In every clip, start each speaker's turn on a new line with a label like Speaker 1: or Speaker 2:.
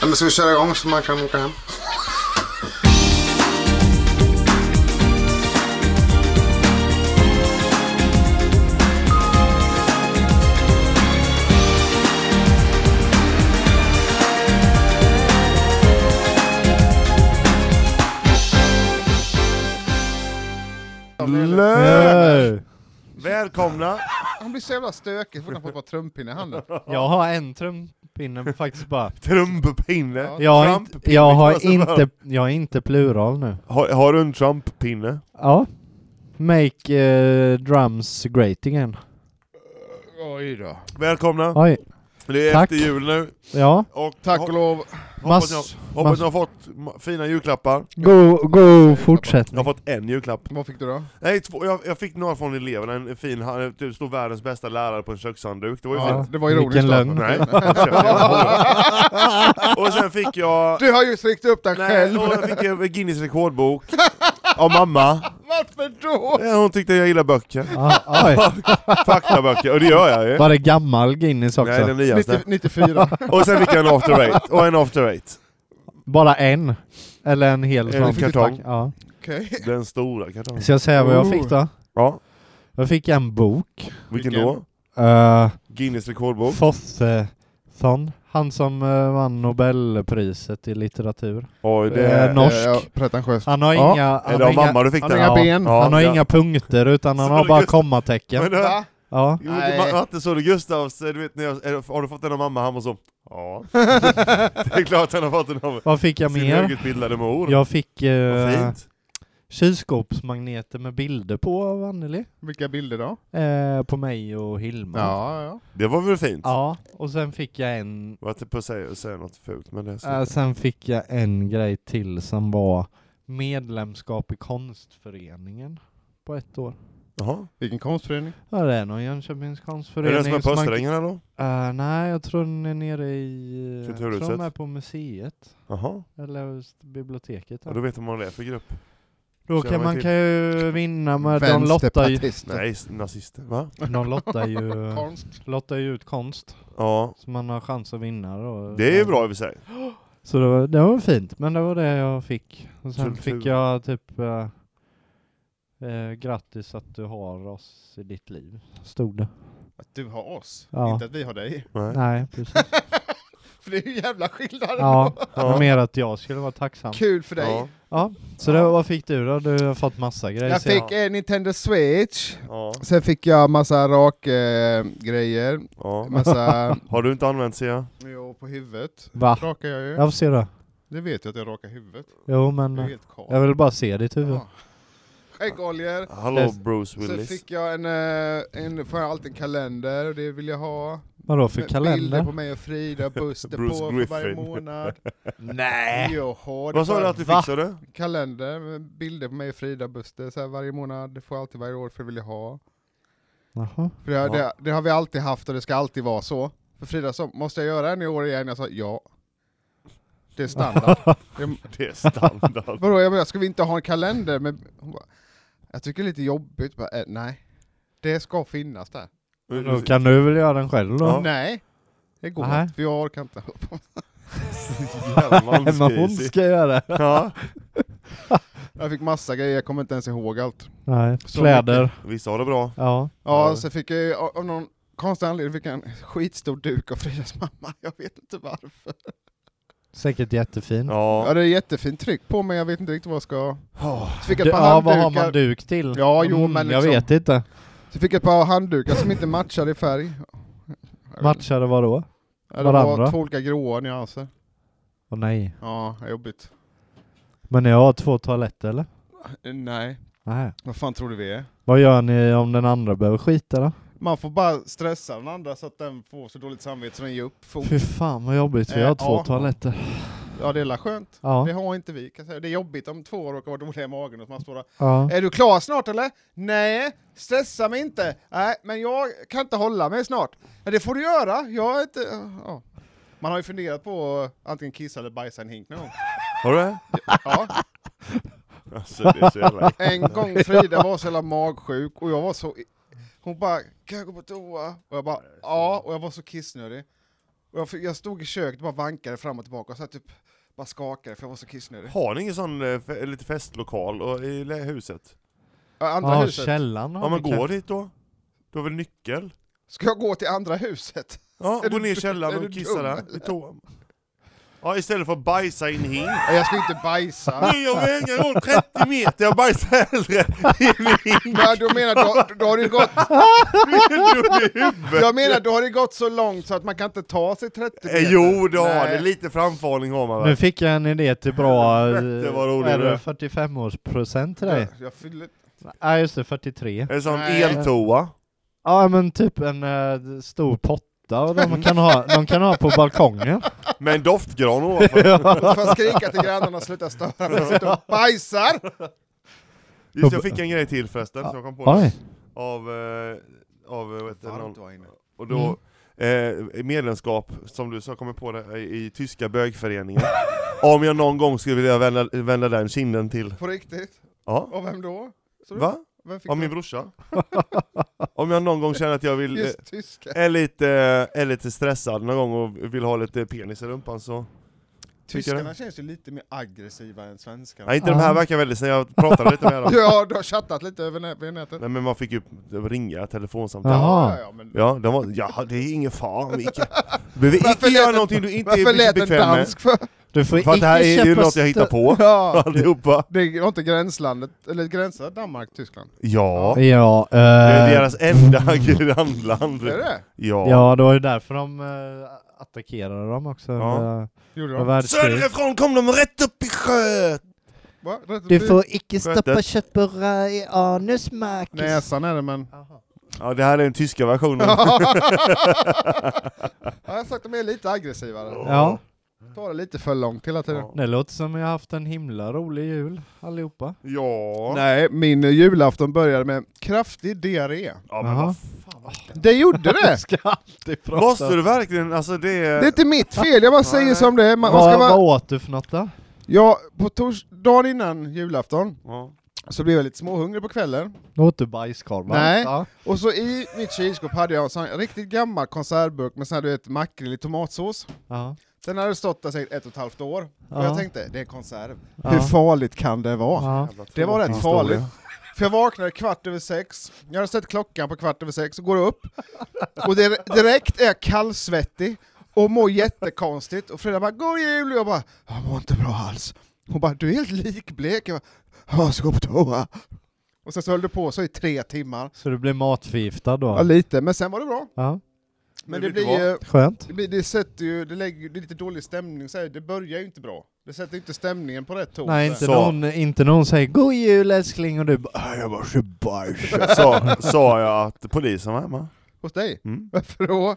Speaker 1: Ja, men ska vi köra igång så man kan åka hem?
Speaker 2: Nej.
Speaker 3: Välkomna!
Speaker 4: Han blir så jävla stökig för att han får bara trumpinne i handen.
Speaker 2: Jag har en trumpinne faktiskt bara.
Speaker 3: Trumpinne!
Speaker 4: Ja.
Speaker 2: Jag har
Speaker 3: Trump-
Speaker 2: inte, jag har
Speaker 3: Alltså, vad-
Speaker 2: inte, jag har inte plural nu.
Speaker 3: Har, har du en Trump-pinne?
Speaker 2: Ja. Make eh, drums great again.
Speaker 4: Oj då.
Speaker 3: Välkomna!
Speaker 2: Oj,
Speaker 3: Det är
Speaker 2: tack.
Speaker 3: efter jul nu.
Speaker 2: ja.
Speaker 3: Och
Speaker 4: Tack
Speaker 3: ho-
Speaker 4: och lov.
Speaker 3: hoppas, ni
Speaker 2: Mass-
Speaker 3: har, hoppas
Speaker 2: mass-
Speaker 3: ni har fått ma- fina julklappar.
Speaker 2: God, god
Speaker 3: Jag har
Speaker 2: fortsättning.
Speaker 3: fått en julklapp.
Speaker 4: Vad fick du då?
Speaker 3: Nej, två, jag, jag fick några från eleverna, en fin, han- typ stod världens bästa lärare på en kökshandduk, det var ju
Speaker 4: Ja,
Speaker 3: fint.
Speaker 4: det var ironiskt.
Speaker 2: Vilken
Speaker 4: då.
Speaker 2: lögn.
Speaker 3: Nej, jag köpte en. Och sen fick jag...
Speaker 4: Du har ju tryckt upp den
Speaker 3: Nej,
Speaker 4: själv.
Speaker 3: och jag fick en Guinness rekordbok av mamma.
Speaker 4: Varför då?
Speaker 3: Ja, Hon tyckte jag gillar böcker.
Speaker 2: Ah, oj.
Speaker 3: Faktaböcker, och det gör jag ju.
Speaker 2: Var det gammal Guinness
Speaker 3: Nej,
Speaker 2: också?
Speaker 3: den nyaste.
Speaker 4: 90, 94.
Speaker 3: Och sen fick jag en after eight, och en after eight.
Speaker 2: Bara en? Eller en hel
Speaker 3: En
Speaker 2: sån?
Speaker 3: kartong.
Speaker 2: Ja.
Speaker 4: Okej.
Speaker 3: Den stora kartongen.
Speaker 2: Ska jag säga vad jag fick då?
Speaker 3: Ja,
Speaker 2: Jag fick en bok.
Speaker 3: vilken
Speaker 4: Vilken?
Speaker 3: då?
Speaker 2: Uh,
Speaker 3: Guinness rekordbok.
Speaker 2: Fossesson. Han som eh, vann Nobelpriset i litteratur.
Speaker 3: Oj, det
Speaker 2: Eh, norsk.
Speaker 4: Eh, ja, pretentiöst.
Speaker 2: Han har
Speaker 4: Ja,
Speaker 2: inga...
Speaker 3: Är
Speaker 2: Han
Speaker 3: det
Speaker 2: har
Speaker 3: av
Speaker 2: inga,
Speaker 3: mamma du fick
Speaker 4: han
Speaker 3: den?
Speaker 4: har inga
Speaker 2: Ja.
Speaker 4: ben.
Speaker 2: han har
Speaker 3: det-
Speaker 2: inga punkter utan han
Speaker 3: Så
Speaker 2: har bara
Speaker 3: just-
Speaker 2: kommatecken.
Speaker 3: Men, eh,
Speaker 4: Va?
Speaker 2: Ja.
Speaker 3: Jo,
Speaker 4: Nej.
Speaker 3: det- Matte såg det Gustavs, eh, du vet när jag, eh, har du fått den av mamma? Han var så, ja. det är klart han har fått den av
Speaker 2: Vad fick jag
Speaker 3: sin
Speaker 2: mer?
Speaker 3: högutbildade mor.
Speaker 2: Jag fick
Speaker 3: Vad
Speaker 2: uh,
Speaker 3: fint.
Speaker 2: kylskåpsmagneter med bilder på av Anneli.
Speaker 4: Vilka bilder då?
Speaker 2: Eh, på mig och Hilma.
Speaker 4: Ja, ja.
Speaker 3: Det var väl fint?
Speaker 2: Ja, och sen fick jag en...
Speaker 3: Jag var typ på att säga, säga något fult men det är så.
Speaker 2: eh, sen fick jag en grej till som var medlemskap i konstföreningen på ett år.
Speaker 3: Jaha.
Speaker 4: Vilken konstförening.
Speaker 2: Ja, det är någon Jönköpings
Speaker 3: Är
Speaker 2: konstförening.
Speaker 3: det den som är på
Speaker 2: som man-
Speaker 3: Österängen eller?
Speaker 2: Eh, nej, jag tror den är nere i... eh, Jag tror
Speaker 3: Kulturhuset?
Speaker 2: de är på museet.
Speaker 3: Jaha.
Speaker 2: Eller just biblioteket.
Speaker 3: Ja,
Speaker 2: där.
Speaker 3: då vet man vad det är för grupp.
Speaker 2: Då
Speaker 3: känner
Speaker 2: kan
Speaker 3: man
Speaker 2: man
Speaker 3: till.
Speaker 2: kan ju vinna med... De lottar ju,
Speaker 3: Nej, s- nazister. Va?
Speaker 2: de lottar ju,
Speaker 4: Konst.
Speaker 2: lottar ju ut konst.
Speaker 3: Ja.
Speaker 2: Så man har chans att vinna då.
Speaker 3: Det är ju bra i och för sig.
Speaker 2: Så det var, det var fint, men det var det jag fick. Och sen
Speaker 3: Kultur.
Speaker 2: fick jag typ... eh, eh, grattis att du har oss i ditt liv, stod det.
Speaker 4: Att du har oss,
Speaker 2: Ja.
Speaker 4: inte att vi har dig.
Speaker 3: Nej.
Speaker 2: Nej, precis.
Speaker 4: För det är ju jävla skillnad.
Speaker 2: Ja,
Speaker 3: Ja.
Speaker 2: mer att jag skulle vara tacksam.
Speaker 4: Kul för dig.
Speaker 3: Ja.
Speaker 2: Ja, så det, vad fick du då? Du har fått massa grejer.
Speaker 4: Jag
Speaker 2: ser jag.
Speaker 4: fick eh, Nintendo Switch,
Speaker 3: Ja.
Speaker 4: sen fick jag massa rak-grejer,
Speaker 3: ja.
Speaker 4: massa...
Speaker 3: Har du inte använt Sia?
Speaker 4: jo, på huvudet.
Speaker 2: Va?
Speaker 4: Rakar jag ju.
Speaker 2: Jag får se då.
Speaker 4: Det vet jag att jag rakar huvudet.
Speaker 2: Jo men,
Speaker 4: Det är
Speaker 2: eh,
Speaker 4: helt kaos. Ah.
Speaker 2: jag vill bara se ditt huvud.
Speaker 4: Ja. Skäggoljor.
Speaker 3: Hallå
Speaker 2: Yes.
Speaker 3: Bruce
Speaker 4: Sen
Speaker 3: Ah, Willis.
Speaker 4: fick jag en, eh, en, får jag alltid en kalender, och det vill jag ha.
Speaker 2: Vadå för
Speaker 4: Med Bilder
Speaker 2: kalender?
Speaker 4: på mig och Frida, Buster på
Speaker 3: Bruce
Speaker 4: för varje
Speaker 3: Griffin. Äh.
Speaker 4: månad.
Speaker 2: Nej!
Speaker 4: Jaha, det
Speaker 3: Vad sa
Speaker 4: får-
Speaker 3: du att du
Speaker 2: Va?
Speaker 3: fixade?
Speaker 4: Kalender, med bilder på mig och Frida, Buster, så här varje månad, det får jag alltid varje år för det vill jag ha.
Speaker 2: Jaha.
Speaker 4: För det,
Speaker 3: Ja.
Speaker 4: det, det har vi alltid haft och det ska alltid vara så. För Frida sa, måste jag göra en i år igen? Jag sa ja. Det är standard. det,
Speaker 3: Det är standard.
Speaker 4: vadå, jag menar, ska vi inte ha en kalender? Men, hon bara, jag tycker det är lite jobbigt. Bara, eh, nej, det ska finnas där.
Speaker 2: Då kan du väl göra den själv då?
Speaker 3: Ja.
Speaker 4: Nej, det går
Speaker 2: Nej.
Speaker 4: inte, för jag orkar inte.
Speaker 3: Jävla
Speaker 2: Men hon
Speaker 3: mansgrisig.
Speaker 2: ska göra det.
Speaker 3: Ja.
Speaker 4: Jag fick massa grejer, jag kommer inte ens ihåg allt.
Speaker 2: Nej,
Speaker 4: Så
Speaker 2: kläder.
Speaker 3: Vissa har det bra.
Speaker 2: Ja.
Speaker 4: Ja,
Speaker 3: Ja.
Speaker 4: så fick jag ju av av någon konstig anledning fick jag en skitstor duk av Fridas mamma, jag vet inte varför.
Speaker 2: Säkert jättefin.
Speaker 4: Ja,
Speaker 3: Ja.
Speaker 4: det är jättefint tryck på mig, jag vet inte riktigt vad jag ska...
Speaker 3: Oh.
Speaker 4: Så fick jag
Speaker 2: Du,
Speaker 4: ett par
Speaker 2: ja, vad har
Speaker 4: handdukar-
Speaker 2: man duk till? Mm,
Speaker 4: Ja, jo, men
Speaker 2: Jag
Speaker 4: liksom-
Speaker 2: vet inte.
Speaker 4: Så fick jag ett par handdukar som inte matchade i färg.
Speaker 2: Matchade vadå?
Speaker 4: Ja, Det
Speaker 2: varandra.
Speaker 4: var två olika gråa nyanser.
Speaker 2: Åh nej.
Speaker 4: Ja, jobbigt.
Speaker 2: Men jag har två toaletter eller?
Speaker 4: Nej,
Speaker 2: Nej.
Speaker 4: vad fan tror du vi är?
Speaker 2: Vad gör ni om den andra behöver skita då?
Speaker 4: Man får bara stressa den andra så att den får så dåligt samvete så den ger upp fort.
Speaker 2: Fy fan vad jobbigt, vi
Speaker 4: Oh. Eh,
Speaker 2: har två
Speaker 4: ja.
Speaker 2: toaletter.
Speaker 4: Ja, det är la skönt.
Speaker 2: Ja.
Speaker 4: Det har inte vi, kan jag säga. Det är jobbigt om två råkar vara dåliga i magen och man står där.
Speaker 2: Ja.
Speaker 4: Är du klar snart eller? Nej, stressa mig inte. Nej, men jag kan inte hålla mig snart. Nej, det får du göra. Jag är inte... Ja. Man har ju funderat på att antingen kissa eller bajsa i en hink någon gång.
Speaker 3: Har du det?
Speaker 4: Ja.
Speaker 3: Alltså det är så jävla äckligt.
Speaker 4: En gång Frida var så jävla magsjuk och jag var så... Hon bara, kan jag gå på toa? Och jag bara, ja, och jag var så kissnödig. Och jag, fick- jag stod i köket och bara vankade fram och tillbaka och så här, typ bara skakade för jag var så kissnödig.
Speaker 3: Har ni ingen sån eh, fe- lite festlokal och, i lä- huset?
Speaker 4: Ja, Andra
Speaker 2: Ja,
Speaker 4: huset.
Speaker 2: källaren har
Speaker 3: Ja men
Speaker 2: vi kanske-
Speaker 3: gå dit då. Du har väl nyckel?
Speaker 4: Ska jag gå till andra huset?
Speaker 3: Ja,
Speaker 4: Är
Speaker 3: gå
Speaker 4: du-
Speaker 3: ner i
Speaker 4: är
Speaker 3: källaren
Speaker 4: du
Speaker 3: och kissa
Speaker 4: dum,
Speaker 3: där. I toan. Ja, istället för att bajsa i en hink.
Speaker 4: Nej, Jag ska inte bajsa.
Speaker 3: Nej, jag väger runt 30 meter, jag bajsar hellre i en hink
Speaker 4: Men du menar, då, då har det gått,
Speaker 3: än du i huvudet.
Speaker 4: jag menar, då har det gått så långt så att man kan inte ta sig 30 meter.
Speaker 3: Eh, Jo, det har
Speaker 4: Nej.
Speaker 3: det. Lite framförhållning har man
Speaker 2: Nu
Speaker 3: väl?
Speaker 2: fick jag en idé till bra... eh,
Speaker 3: Helvete, vad rolig
Speaker 2: är
Speaker 3: du är.
Speaker 2: det 45-årspresent till dig?
Speaker 4: Jag, jag fyller...
Speaker 2: Nej just det, 43.
Speaker 3: En sån
Speaker 4: Nej.
Speaker 3: eltoa.
Speaker 2: Ja men typ en eh, stor potta och de kan ha, de kan ha på balkongen.
Speaker 3: Med en doftgran ovanför.
Speaker 4: Då får jag skrika till grannarna och sluta störa mig, sitter och bajsar!
Speaker 3: Just det, jag fick en grej till förresten, så jag kom på det.
Speaker 2: Oj.
Speaker 3: Av, eh, av, eh, vet du, någon,
Speaker 4: Varmt var inne.
Speaker 3: och då,
Speaker 2: Mm.
Speaker 3: eh, medlemskap, som du sa, kommer på det, eh, i, i tyska bögföreningen. Om jag någon gång skulle vilja vända, vända den kinden till.
Speaker 4: På riktigt?
Speaker 3: Ja.
Speaker 4: Och vem då? Så
Speaker 3: Va?
Speaker 4: Vem fick
Speaker 3: Av min
Speaker 4: du?
Speaker 3: brorsa. Om jag någon gång känner att jag vill, eh,
Speaker 4: Just tyska.
Speaker 3: är lite, är lite stressad någon gång och vill ha lite penis i rumpan så...
Speaker 4: Tyskarna känns ju lite mer aggressiva än svenskarna.
Speaker 3: Nej inte de här
Speaker 2: Ja.
Speaker 3: verkar väldigt snälla, jag pratade lite med dem.
Speaker 4: Ja, du har chattat lite över nä- via nätet.
Speaker 3: Nej men man fick ju ringa telefonsamtal.
Speaker 2: Jaha.
Speaker 4: Ja, ja, men
Speaker 3: Ja, de var, ja det är ingen fara Micke. Du behöver
Speaker 4: Varför
Speaker 3: icke
Speaker 4: lät
Speaker 3: göra
Speaker 4: en-
Speaker 3: någonting du inte
Speaker 4: Varför
Speaker 3: är
Speaker 4: lät en
Speaker 3: bekväm med.
Speaker 4: dansk för?
Speaker 2: Du får
Speaker 3: För att det här är ju något jag hittar på.
Speaker 4: Ja,
Speaker 3: Allihopa.
Speaker 4: det är inte gränslandet, eller gränsar Danmark Tyskland?
Speaker 3: Ja.
Speaker 2: Ja, eh,
Speaker 3: Det är deras enda grannland.
Speaker 4: Är det det?
Speaker 3: Ja.
Speaker 2: ja, det var ju därför de eh, attackerade dem också.
Speaker 3: Ja.
Speaker 2: under-
Speaker 4: Gjorde
Speaker 2: under
Speaker 4: de?
Speaker 2: världskriget.
Speaker 3: Söderifrån kom de rätt upp i sköt!
Speaker 4: Va? Rätt
Speaker 2: Du
Speaker 4: upp i
Speaker 2: får icke stoppa
Speaker 3: Skötet.
Speaker 2: köttbullar i anus Marcus.
Speaker 4: Näsan är det men...
Speaker 3: Ja det här är den tyska versionen.
Speaker 4: Ja, jag har sagt de är lite aggressivare.
Speaker 2: Ja,
Speaker 4: Tar det lite för långt hela tiden.
Speaker 3: Ja.
Speaker 2: det låter som jag haft en himla rolig jul allihopa.
Speaker 3: Ja.
Speaker 4: Nej, min eh, julafton började med kraftig diarré.
Speaker 3: Ja, men
Speaker 2: Jaha.
Speaker 3: vad fan.
Speaker 4: Det gjorde det!
Speaker 2: ska alltid prata.
Speaker 3: Måste du verkligen, alltså det...
Speaker 4: Det är inte mitt fel, jag bara säger som det är. Man, man
Speaker 2: Vad,
Speaker 4: ska
Speaker 2: vad
Speaker 4: vara...
Speaker 2: åt du för något då?
Speaker 4: Ja, på tors... dagen innan julafton
Speaker 3: Ja.
Speaker 4: så blev jag lite småhungrig på kvällen.
Speaker 2: Åt du bajskorvar?
Speaker 4: Nej.
Speaker 2: Ja.
Speaker 4: Och så i mitt kylskåp hade jag en sån här riktigt gammal konservburk med sån här du vet makrill i tomatsås.
Speaker 2: Ja.
Speaker 4: Den hade stått där säkert ett och ett halvt år. Och
Speaker 2: Ja.
Speaker 4: jag tänkte, det är konserv.
Speaker 2: Ja.
Speaker 4: Hur farligt kan det
Speaker 3: Ah,
Speaker 4: vara?
Speaker 2: Ja.
Speaker 4: Det var rätt
Speaker 3: Historia.
Speaker 4: farligt. För jag vaknade kvart över sex, jag hade sett klockan på kvart över sex och går upp, och det, direkt är jag kallsvettig och mår jättekonstigt, och Frida bara 'God jul' och jag bara 'Jag mår inte bra alls' Hon bara 'Du är helt likblek' Jag bara 'Jag måste gå på toa' Och sen så höll det på så i tre timmar,
Speaker 2: Så du blev matförgiftad då?
Speaker 4: ja lite, men sen var det bra.
Speaker 2: Ja.
Speaker 4: Men
Speaker 3: Det
Speaker 4: det
Speaker 3: blir
Speaker 4: blir ju,
Speaker 2: Skönt.
Speaker 4: det, blir, det sätter ju, det lägger ju, det är lite dålig stämning så här, det börjar ju inte bra. Det sätter ju inte stämningen på rätt ton.
Speaker 2: Nej,
Speaker 4: så här.
Speaker 2: inte
Speaker 3: Så.
Speaker 2: någon, inte någon säger 'God jul älskling' och du bara 'Jag måste bajsa'
Speaker 3: Sa, sa jag att polisen var hemma?
Speaker 4: Hos dig?
Speaker 3: Mm.
Speaker 4: Varför då?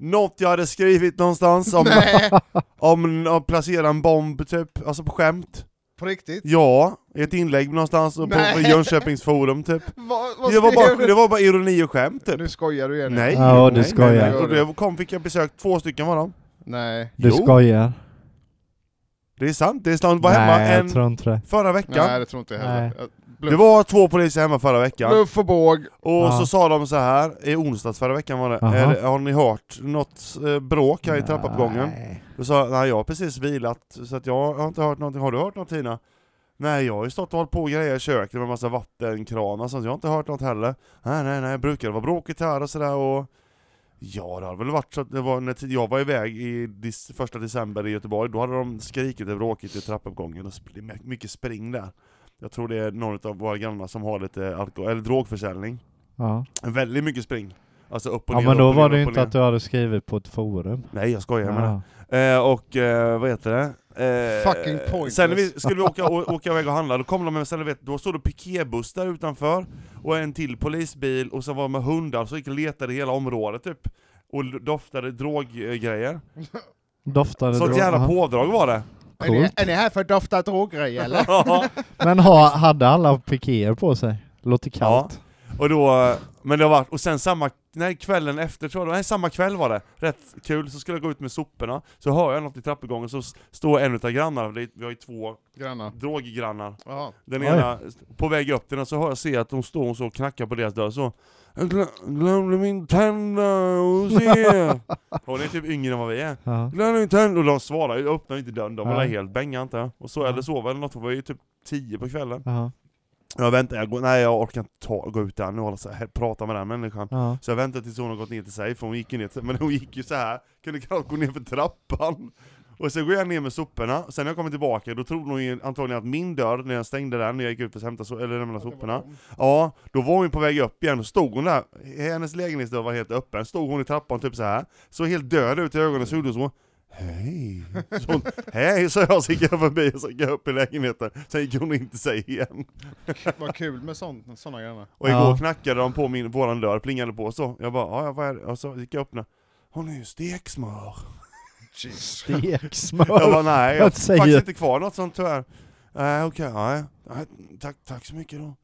Speaker 3: Något jag hade skrivit någonstans om,
Speaker 4: Nej,
Speaker 3: om att placera en bomb typ, alltså på skämt.
Speaker 4: på riktigt?
Speaker 3: Ja, i ett inlägg någonstans på, på
Speaker 4: Nej.
Speaker 3: Jönköpings forum typ.
Speaker 4: Vad, vad
Speaker 3: Det var,
Speaker 4: skrev
Speaker 3: bara,
Speaker 4: du?
Speaker 3: det var bara ironi och skämt typ.
Speaker 4: Nu skojar du igen.
Speaker 3: Nej.
Speaker 2: Ja, du
Speaker 3: nej,
Speaker 2: skojar.
Speaker 3: nej, nej. Och det kom, fick jag besök, två stycken var de.
Speaker 4: Nej.
Speaker 2: Du
Speaker 3: Jo.
Speaker 2: skojar?
Speaker 3: Det är sant, det är sant. var hemma
Speaker 2: Nej,
Speaker 3: en,
Speaker 2: jag tror inte det.
Speaker 3: förra
Speaker 4: Nej,
Speaker 3: veckan.
Speaker 4: det tror inte jag heller.
Speaker 2: Nej.
Speaker 4: Jag-
Speaker 3: Det var två poliser hemma förra veckan.
Speaker 4: Bluff och båg.
Speaker 3: Och
Speaker 2: Ja.
Speaker 3: så sa de så här i onsdags förra veckan var det,
Speaker 2: Aha.
Speaker 3: är, det- har ni hört något eh, bråk här i trappuppgången?
Speaker 2: Nej.
Speaker 3: Då sa jag, nej jag har precis vilat, så att jag har inte hört någonting. Har du hört något Tina? Nej jag har ju stått och hållit på och grejer i köket med massa vattenkranar och sånt, jag har inte hört något heller. Nej nej nej, brukar det vara bråkigt här och sådär och... Ja det hade väl varit så att det var när t- jag var iväg i dis- första december i Göteborg, då hade de skrikit och bråkit i trappuppgången och sp- det är mycket spring där. Jag tror det är någon av våra grannar som har lite alkohol, eller drogförsäljning.
Speaker 2: Ja.
Speaker 3: Väldigt mycket spring. Alltså upp och
Speaker 2: ja
Speaker 3: ner,
Speaker 2: men
Speaker 3: upp
Speaker 2: då
Speaker 3: och ner,
Speaker 2: var det ju
Speaker 3: upp och
Speaker 2: inte
Speaker 3: ner.
Speaker 2: att du hade skrivit på ett forum.
Speaker 3: Nej jag skojar med
Speaker 2: Ja.
Speaker 3: det. Eh, och eh, vad heter det? Eh,
Speaker 4: Fucking pointless.
Speaker 3: Sen när vi skulle vi åka, å, åka iväg och handla, då kom de med, sen, vet, då stod det piketbuss där utanför, och en till polisbil, och sen var de med hundar som gick och letade i hela området typ. Och l- doftade droggrejer.
Speaker 2: Doftade
Speaker 3: Sånt
Speaker 2: drog-
Speaker 3: jävla
Speaker 2: Aha.
Speaker 3: pådrag var det.
Speaker 4: Är ni,
Speaker 2: Coolt.
Speaker 4: är ni här för att dofta droggrejer eller?
Speaker 2: Men ha, hade alla pikéer på sig? Låter kallt.
Speaker 3: Och då, men det har varit, och sen samma, nej kvällen efter tror jag, det var. nej samma kväll var det. Rätt kul, så skulle jag gå ut med soporna, så hör jag något i trappuppgången, så s- står en utav grannarna, det är- vi har ju två
Speaker 4: Grannar.
Speaker 3: droggrannar.
Speaker 4: Jaha.
Speaker 3: Den
Speaker 2: Oj.
Speaker 3: ena, på väg upp till den så hör jag se att de står och så och knackar på deras dörr så Jag glö- glömde min tända hos er! Hon är typ yngre än vad vi är.
Speaker 2: Ja.
Speaker 3: Glömde min tända! Och de svarar ju, öppnar ju inte dörren, de
Speaker 2: Nej.
Speaker 3: var helt bänga inte. Och så, eller sova eller något, det var ju typ tio på kvällen.
Speaker 2: Ja.
Speaker 3: Jag väntar, jag går, nej jag orkar inte ta, gå ut där nu och hålla så här, prata med den människan.
Speaker 2: Ja.
Speaker 3: Så jag väntade tills hon har gått ner till sig, för hon gick ju ner till, men hon gick ju så här kunde knappt gå ner för trappan. Och sen går jag ner med soporna, sen när jag kommer tillbaka, då trodde hon ju antagligen att min dörr, när jag stängde den, när jag gick ut för att hämta so- eller lämna soporna, ja, då var hon på väg upp igen, och stod hon där, hennes lägenhetsdörr var helt öppen, stod hon i trappan typ så här såg helt död ut i ögonen, så gjorde hon så, hej, så hon, hej, så jag, så gick jag förbi och så gick jag upp i lägenheten, sen gick hon in till sig igen.
Speaker 4: Vad kul med sånt, såna grannar.
Speaker 3: Och igår
Speaker 2: Ja.
Speaker 3: knackade de på min, våran dörr, plingade på så. Jag bara, ja ja, vad är det? Och så gick jag upp och öppnade. Har ni steksmör? Jag
Speaker 2: Steksmör.
Speaker 3: bara, nej, jag har
Speaker 2: Vad säger
Speaker 3: faktiskt
Speaker 2: du?
Speaker 3: inte kvar något sånt tyvärr. Nej okej, nej. nej. Tack, tack så mycket då.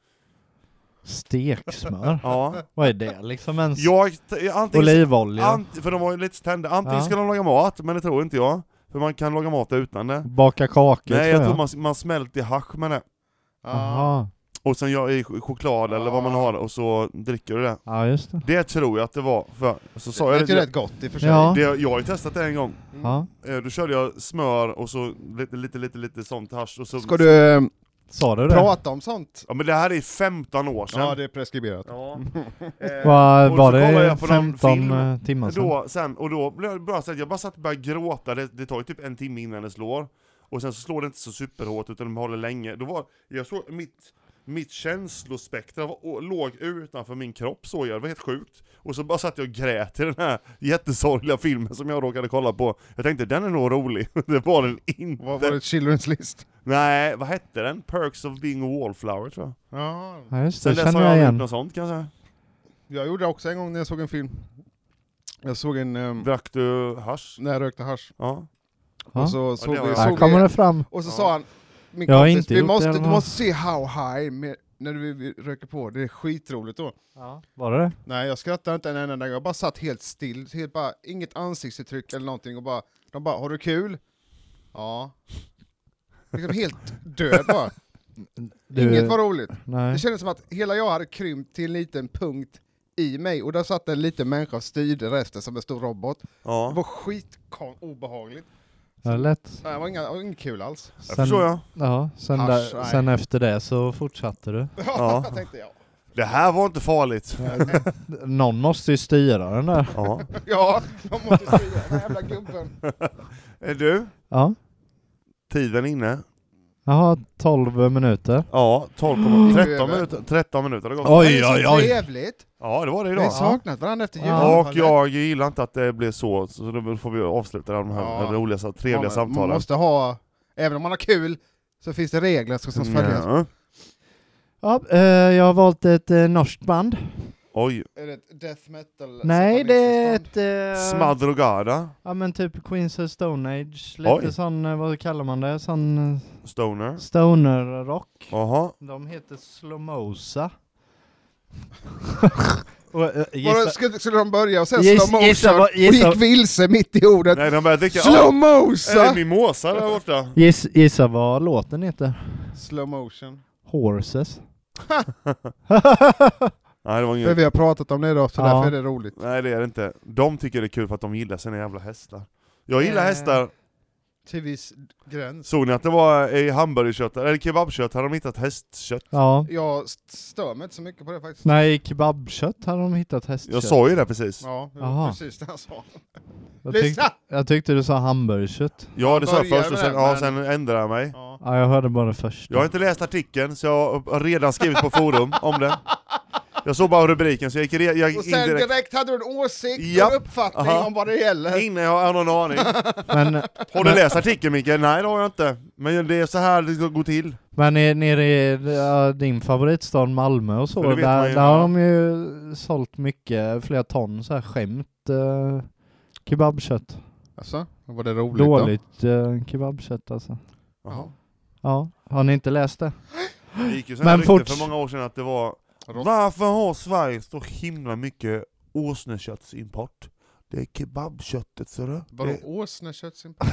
Speaker 2: Steksmör?
Speaker 3: Ja.
Speaker 2: Vad är det liksom ens?
Speaker 3: Jag, t- antingen,
Speaker 2: Olivolja?
Speaker 3: ant, för de var ju lite tända, antingen
Speaker 2: Ja.
Speaker 3: ska de laga mat, men det tror inte jag. För man kan laga mat utan det.
Speaker 2: Baka kakor
Speaker 3: Nej jag tror man, man smälter hasch med det.
Speaker 2: Aha.
Speaker 3: Och sen gör i ch- choklad eller vad man har och så dricker du det.
Speaker 2: Ja just det.
Speaker 3: Det tror jag att det var, för så
Speaker 4: Det
Speaker 3: sa jag
Speaker 4: lät ju
Speaker 3: det,
Speaker 4: rätt gott i och för sig.
Speaker 2: Ja.
Speaker 3: det, jag har ju testat det en gång.
Speaker 2: Ja.
Speaker 3: Eh, Då körde jag smör och så lite, lite, lite, lite sånt hasch och så...
Speaker 4: Ska du eh,
Speaker 2: Sa du det?
Speaker 4: prata om sånt?
Speaker 3: Ja men det här är 15 år sedan.
Speaker 4: Ja, det är preskriberat.
Speaker 3: Ja. Eh,
Speaker 2: Var,
Speaker 3: och så
Speaker 2: var
Speaker 3: kollade
Speaker 2: det
Speaker 3: jag på någon
Speaker 2: 15
Speaker 3: film.
Speaker 2: eh, timmar sedan?
Speaker 3: då, sen, och då blev det bara så att jag bara satt och började gråta, det, det tar ju typ en timme innan det slår. Och sen så slår det inte så superhårt utan de håller länge. Då var, jag såg mitt, mitt känslospektra var, å- låg utanför min kropp såg jag, det var helt sjukt. Och så bara satt jag och grät i den här jättesorgliga filmen som jag råkade kolla på. Jag tänkte den är nog rolig, det var den inte.
Speaker 4: Vad var det? Children's list?
Speaker 3: Nej, vad hette den? Perks of being a wallflower tror jag.
Speaker 4: Ja.
Speaker 2: Ja just det,
Speaker 3: Sen dess
Speaker 2: känner
Speaker 3: har
Speaker 2: jag
Speaker 3: jag gjort
Speaker 2: igen.
Speaker 3: något sånt kanske.
Speaker 4: Jag gjorde det också en gång när jag såg en film. Jag såg en... eh,
Speaker 3: Drack du hasch?
Speaker 4: när jag rökte hasch.
Speaker 3: Ja.
Speaker 2: Ja.
Speaker 4: Och så såg
Speaker 3: det
Speaker 4: vi...
Speaker 3: var-
Speaker 2: Här
Speaker 4: Såg
Speaker 2: kommer
Speaker 4: vi
Speaker 2: det fram.
Speaker 4: och så
Speaker 3: Ja.
Speaker 4: sa han... Min
Speaker 2: Jag har
Speaker 4: kompis,
Speaker 2: inte
Speaker 4: vi
Speaker 2: gjort det
Speaker 4: måste,
Speaker 2: eller
Speaker 4: du
Speaker 2: vad?"
Speaker 4: måste se how high med, när vi vi röker på. Det är skitroligt då.
Speaker 2: Var det det?
Speaker 4: Nej, jag skrattade inte en enda gång. Jag bara satt helt still, helt bara, inget ansiktsuttryck eller någonting och bara, de bara ”Har du kul?” Ja. Liksom helt död bara. Inget var roligt.
Speaker 2: Nej.
Speaker 4: Det kändes som att hela jag hade krympt till en liten punkt i mig och där satt en liten människa och styrde resten som en stor robot. Det
Speaker 3: ja.
Speaker 4: var skitobehagligt.
Speaker 2: Ja, det lät.
Speaker 4: Nej, det var inga- det var inget kul alls.
Speaker 3: Jag förstår jag.
Speaker 2: Ja, sen,
Speaker 4: Hasch,
Speaker 2: där,
Speaker 4: nej.
Speaker 2: sen efter det så fortsatte du.
Speaker 3: Ja.
Speaker 4: Jag tänkte ja.
Speaker 3: Det här var inte farligt.
Speaker 2: Någon måste ju styra den där.
Speaker 3: Ja.
Speaker 4: Ja, de måste styra den här jävla gubben.
Speaker 3: Är du?
Speaker 2: Ja.
Speaker 3: Tiden är inne.
Speaker 2: Jaha, 12 minuter.
Speaker 3: Ja, 12
Speaker 4: Mm.
Speaker 3: 13 minuter, 13 minuter har det gått.
Speaker 2: Oj,
Speaker 4: Det är
Speaker 2: oj,
Speaker 4: så
Speaker 2: oj.
Speaker 4: trevligt.
Speaker 3: Ja, det var det
Speaker 4: Vi
Speaker 3: idag.
Speaker 4: har saknat varandra efter jul.
Speaker 2: Ja.
Speaker 3: Och jag gillar inte att det blev så, så då får vi avsluta de här
Speaker 4: Ja.
Speaker 3: roliga, så- trevliga
Speaker 4: Ja, men Man
Speaker 3: samtalen.
Speaker 4: måste ha, även om man har kul, så finns det regler som
Speaker 3: Mm.
Speaker 4: ska följas.
Speaker 3: Ja.
Speaker 2: Ja, eh, jag har valt ett eh, norskt band.
Speaker 3: Oj,
Speaker 4: Är det ett death metal?
Speaker 2: Nej, det är ett... Eh,
Speaker 3: Smadrogada,
Speaker 2: ja men typ Queens of Stone Age. Lite
Speaker 3: Oj.
Speaker 2: sån, eh, vad kallar man det? Sån eh,
Speaker 3: Stoner.
Speaker 2: stoner-rock.
Speaker 3: Jaha.
Speaker 2: De heter Slomosa. Och, eh,
Speaker 4: Vadå,
Speaker 2: gissa,
Speaker 4: skulle, skulle de börja och sen
Speaker 2: Giss-
Speaker 4: slow motion
Speaker 2: gissa vad- gissa-
Speaker 4: och gick vilse mitt i ordet?
Speaker 3: Nej, de började dricka...
Speaker 4: slow
Speaker 3: Är det
Speaker 4: motion!
Speaker 3: mimosa där borta?
Speaker 2: giss, gissa vad låten heter?
Speaker 4: Slow motion.
Speaker 2: Horses.
Speaker 3: Nej, det var
Speaker 4: För
Speaker 3: inget.
Speaker 4: vi har pratat om det idag, så
Speaker 2: Ja.
Speaker 4: därför är det roligt.
Speaker 3: Nej det är det inte. De tycker det är kul för att de gillar sina jävla hästar. Jag gillar
Speaker 2: Eh.
Speaker 3: hästar.
Speaker 4: Till viss gräns.
Speaker 3: Såg ni att det var i hamburgerkött, eller kebabkött, hade de hittat hästkött?
Speaker 2: ja.
Speaker 4: Jag st- stör mig inte så mycket på det faktiskt.
Speaker 2: Nej, kebabkött hade de hittat hästkött.
Speaker 3: Jag sa ju det precis. Ja,
Speaker 4: Ja, det var
Speaker 2: Aha.
Speaker 4: precis det han sa.
Speaker 2: jag, tyck,
Speaker 4: Lyssna!
Speaker 2: jag tyckte du sa hamburgerkött.
Speaker 3: det sa jag
Speaker 4: Börjar
Speaker 3: först och
Speaker 4: med
Speaker 3: sen,
Speaker 4: det,
Speaker 3: ja,
Speaker 4: men-
Speaker 3: sen ändrade jag mig.
Speaker 4: Ja.
Speaker 2: Ja, jag hörde bara det första.
Speaker 3: Jag har inte läst artikeln, så jag har redan skrivit på forum om det. Jag såg bara rubriken, så jag gick, re- jag
Speaker 4: Och
Speaker 3: gick in
Speaker 4: sen
Speaker 3: direkt.
Speaker 4: direkt hade du en åsikt och
Speaker 3: Japp.
Speaker 4: en uppfattning
Speaker 3: Aha.
Speaker 4: om vad det gäller.
Speaker 3: Innan jag har någon aning.
Speaker 2: Men,
Speaker 3: Har du läst artikeln Mikael? Nej det har jag inte. Men det är så här det ska gå till.
Speaker 2: men är- nere i ja, din favoritstad Malmö och så,
Speaker 3: För det
Speaker 2: där,
Speaker 3: vet man ju.
Speaker 2: där har de ju sålt mycket, flera ton så här skämt eh, kebabkött.
Speaker 4: Alltså, var det roligt
Speaker 2: Dåligt eh, kebabkött alltså.
Speaker 4: Jaha.
Speaker 2: Ja, har ni inte läst det?
Speaker 3: Det gick ju sen
Speaker 2: Men
Speaker 3: rykte
Speaker 2: fort-
Speaker 3: för många år sedan att det var
Speaker 4: Rått.
Speaker 3: Varför har Sverige så himla mycket åsneköttsimport. Det är kebabköttet ser du.
Speaker 4: Vadå
Speaker 3: Det,
Speaker 4: åsneköttsimport?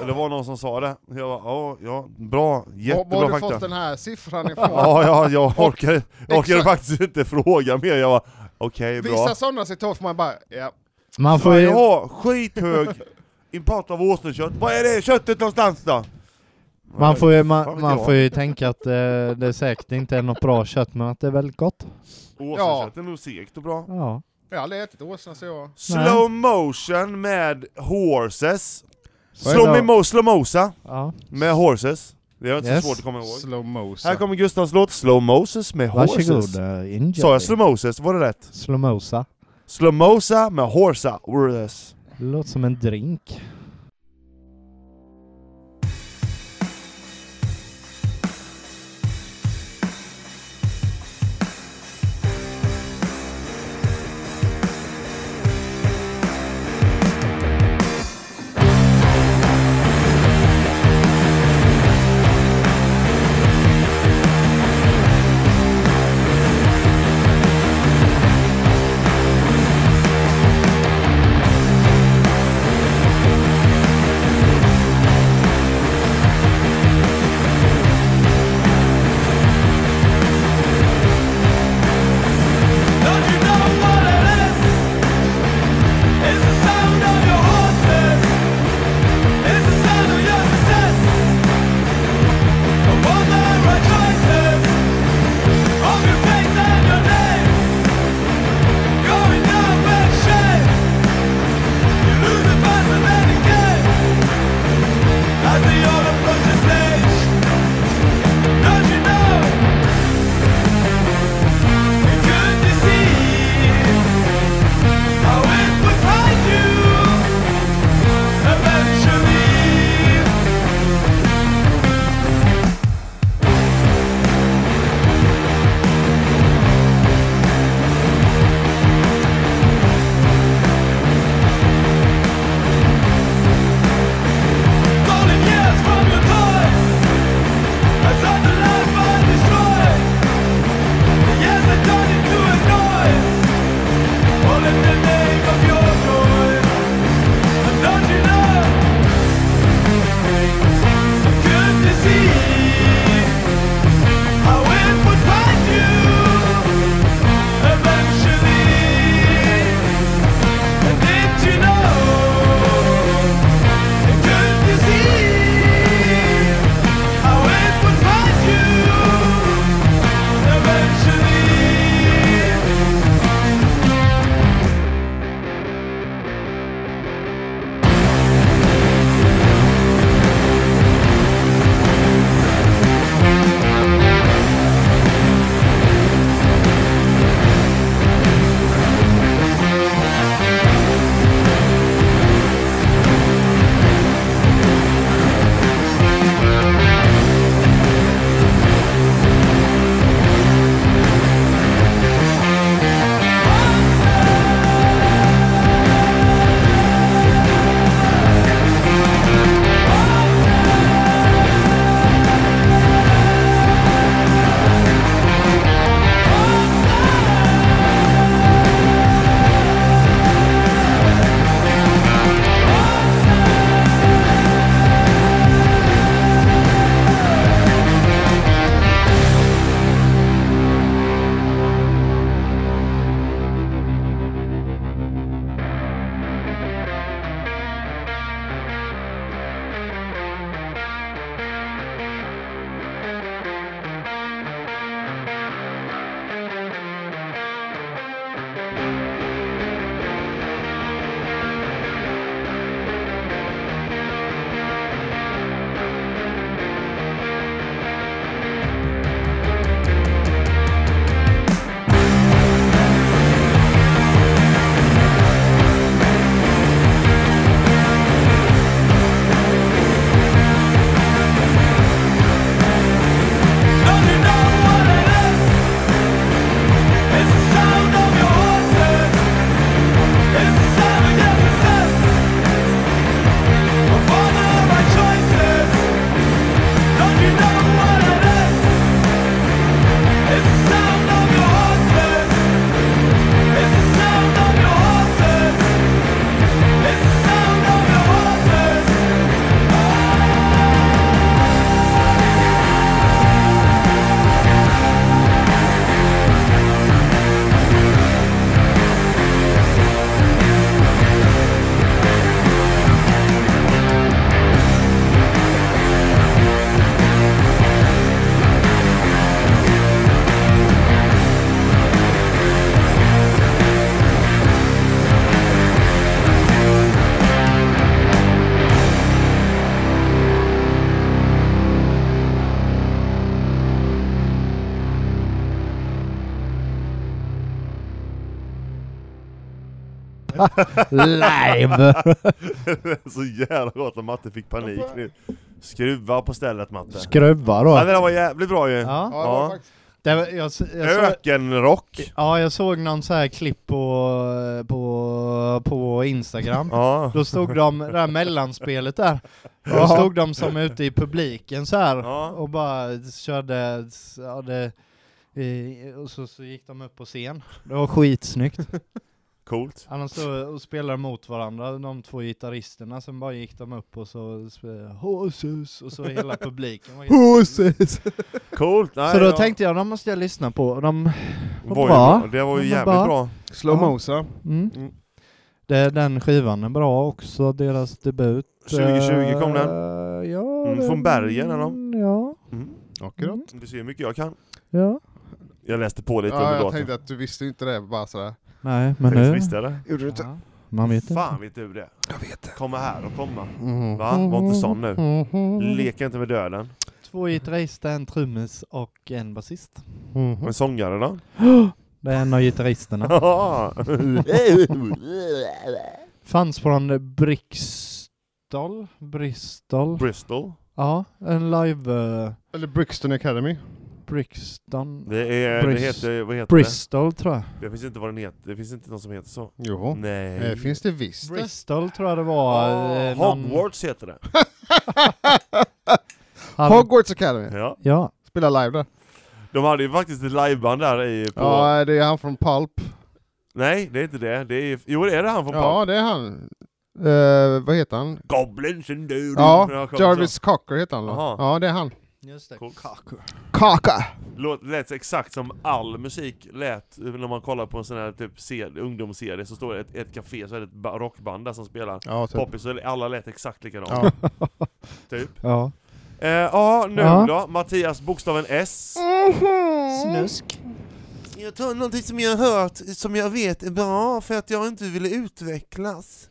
Speaker 3: det- det var någon som sa det. Jag bara, ja, ja, bra,
Speaker 4: Var
Speaker 3: jättebra
Speaker 4: var har du
Speaker 3: fakta.
Speaker 4: fått den här siffran ifrån?
Speaker 3: Ja, ja, jag orkar, jag orkar
Speaker 4: Exakt.
Speaker 3: faktiskt inte fråga mer. Jag bara, okej, bra.
Speaker 4: Vissa sådana citat får man bara, ja.
Speaker 2: Man får
Speaker 3: Sverige
Speaker 2: ju...
Speaker 3: har skithög import av åsnekött. Var är det köttet någonstans då?
Speaker 2: Man får ju,
Speaker 3: Fan
Speaker 2: man,
Speaker 3: vet
Speaker 2: man
Speaker 3: jag.
Speaker 2: får ju tänka att eh, det säkert inte är något bra kött, men att det är väldigt gott.
Speaker 3: Åsnekött är nog segt och bra.
Speaker 2: Ja.
Speaker 4: Jag har aldrig ätit åsna så jag...
Speaker 3: Slow motion med horses.
Speaker 2: Vad är
Speaker 3: Slow
Speaker 2: det?
Speaker 3: mo, slow mosa
Speaker 2: ja.
Speaker 3: med horses. Det är inte
Speaker 2: Yes.
Speaker 3: så svårt att komma ihåg.
Speaker 4: Slow motion.
Speaker 3: Här kommer Gustavs låt Slow Moses med
Speaker 2: Varsågod,
Speaker 3: horses.
Speaker 2: eh, enjoy.
Speaker 3: Sa jag slow Moses? Var det rätt?
Speaker 2: Slomosa.
Speaker 3: Slow mosa med horsa. horses.
Speaker 2: Det låter som en drink. Live!
Speaker 3: Det är så jävla gott att Matte fick panik nu. Skruva på stället Matte.
Speaker 2: Skruva
Speaker 3: Ja, det
Speaker 2: då.
Speaker 3: där var jävligt bra ju.
Speaker 2: Ja.
Speaker 4: Ja, det var
Speaker 3: Ja.
Speaker 4: faktiskt-
Speaker 2: Det var, jag, s- jag, såg-
Speaker 3: Ökenrock.
Speaker 2: ja, jag såg någon så här klipp på, eh, på, på Instagram.
Speaker 3: Ja.
Speaker 2: Då stod de, det här mellanspelet där, då stod de som ute i publiken så här
Speaker 3: Ja.
Speaker 2: och bara körde, ja, det, eh, och så, så gick de upp på scen. Det var skitsnyggt.
Speaker 3: Coolt.
Speaker 2: Annars stod och spelade mot varandra, de två gitarristerna, sen bara gick de upp och så spelade Horses, och så hela publiken var jätte-
Speaker 3: Coolt. Nej,
Speaker 2: Så då
Speaker 3: ja.
Speaker 2: tänkte jag, de måste jag lyssna på, och de,
Speaker 3: Det var ju
Speaker 2: Bra.
Speaker 3: bra. Det var ju
Speaker 2: Men
Speaker 3: jävligt
Speaker 2: bra.
Speaker 3: bra.
Speaker 4: Slow mosa.
Speaker 2: mm.
Speaker 3: Mm.
Speaker 2: Det, den skivan är bra också, deras debut.
Speaker 3: 2020 kom den.
Speaker 2: Eh, Ja,
Speaker 3: Mm,
Speaker 2: den-
Speaker 3: från Bergen, eller?
Speaker 2: Ja.
Speaker 3: Mm.
Speaker 4: Akkurat.
Speaker 3: Du ser hur mycket jag kan.
Speaker 2: Ja.
Speaker 3: Jag läste på lite
Speaker 4: Ja,
Speaker 3: under
Speaker 4: jag
Speaker 3: låten.
Speaker 4: tänkte att du visste inte det, bara sådär.
Speaker 2: Nej, men
Speaker 3: Tänk så
Speaker 2: nu...
Speaker 3: visste jag det.
Speaker 4: Gjorde du inte?
Speaker 2: Ja, man vet inte.
Speaker 3: Fan vet du det?
Speaker 4: Jag vet det.
Speaker 3: Komma här och komma.
Speaker 4: Mm.
Speaker 3: Va? Var inte sån nu.
Speaker 2: Mm.
Speaker 3: Leka inte med döden.
Speaker 2: Två gitarrister, en trummis och en basist.
Speaker 3: Men sångare då?
Speaker 2: Det är en av gitarristerna.
Speaker 3: Ja.
Speaker 2: Fanns från Bristol. Bristol.
Speaker 3: Bristol.
Speaker 2: Ja, en live... eh,
Speaker 4: Eller Brixton Academy.
Speaker 2: Brixton.
Speaker 3: Det är... Det
Speaker 2: Brist-
Speaker 3: heter... Vad heter det?
Speaker 2: Bristol tror jag.
Speaker 3: Det finns inte vad den heter. Det finns inte någon som heter så.
Speaker 4: Jo.
Speaker 3: Nej.
Speaker 4: Det finns det visst. det.
Speaker 2: Bristol tror jag det var.
Speaker 3: Ah,
Speaker 2: eh, någon-
Speaker 3: Hogwarts heter det.
Speaker 2: Har-
Speaker 4: Hogwarts Academy.
Speaker 3: Ja.
Speaker 2: Ja.
Speaker 4: Spelar live där.
Speaker 3: De hade ju faktiskt ett liveband där i... På...
Speaker 4: Ja, det är han från Pulp.
Speaker 3: Nej, det är inte det. det är... Jo, det är det han från ja.
Speaker 4: Ja, det är han. Eh, vad heter han?
Speaker 3: Goblins and Doodoo.
Speaker 4: Ja,
Speaker 3: kom så.
Speaker 4: Jarvis Cocker heter han
Speaker 3: Jaha.
Speaker 4: va? Ja, det är han.
Speaker 2: Just
Speaker 3: Cool.
Speaker 4: Kaka!
Speaker 3: Låt, lät exakt som all musik lät eh, när man kollar på en sån här typ ser, ungdomsserie så står det ett, ett café så är det ett ba- rockband där som spelar
Speaker 4: Ja, typ.
Speaker 3: poppis och alla lät exakt likadant. Ja,
Speaker 4: Ja.
Speaker 3: typ.
Speaker 2: Ja.
Speaker 3: eh, ja nu
Speaker 2: Ja.
Speaker 3: då. Mattias, bokstaven S.
Speaker 2: Snusk.
Speaker 3: Mm. Jag tar någonting som jag har hört, som jag vet är bra för att jag inte ville utvecklas.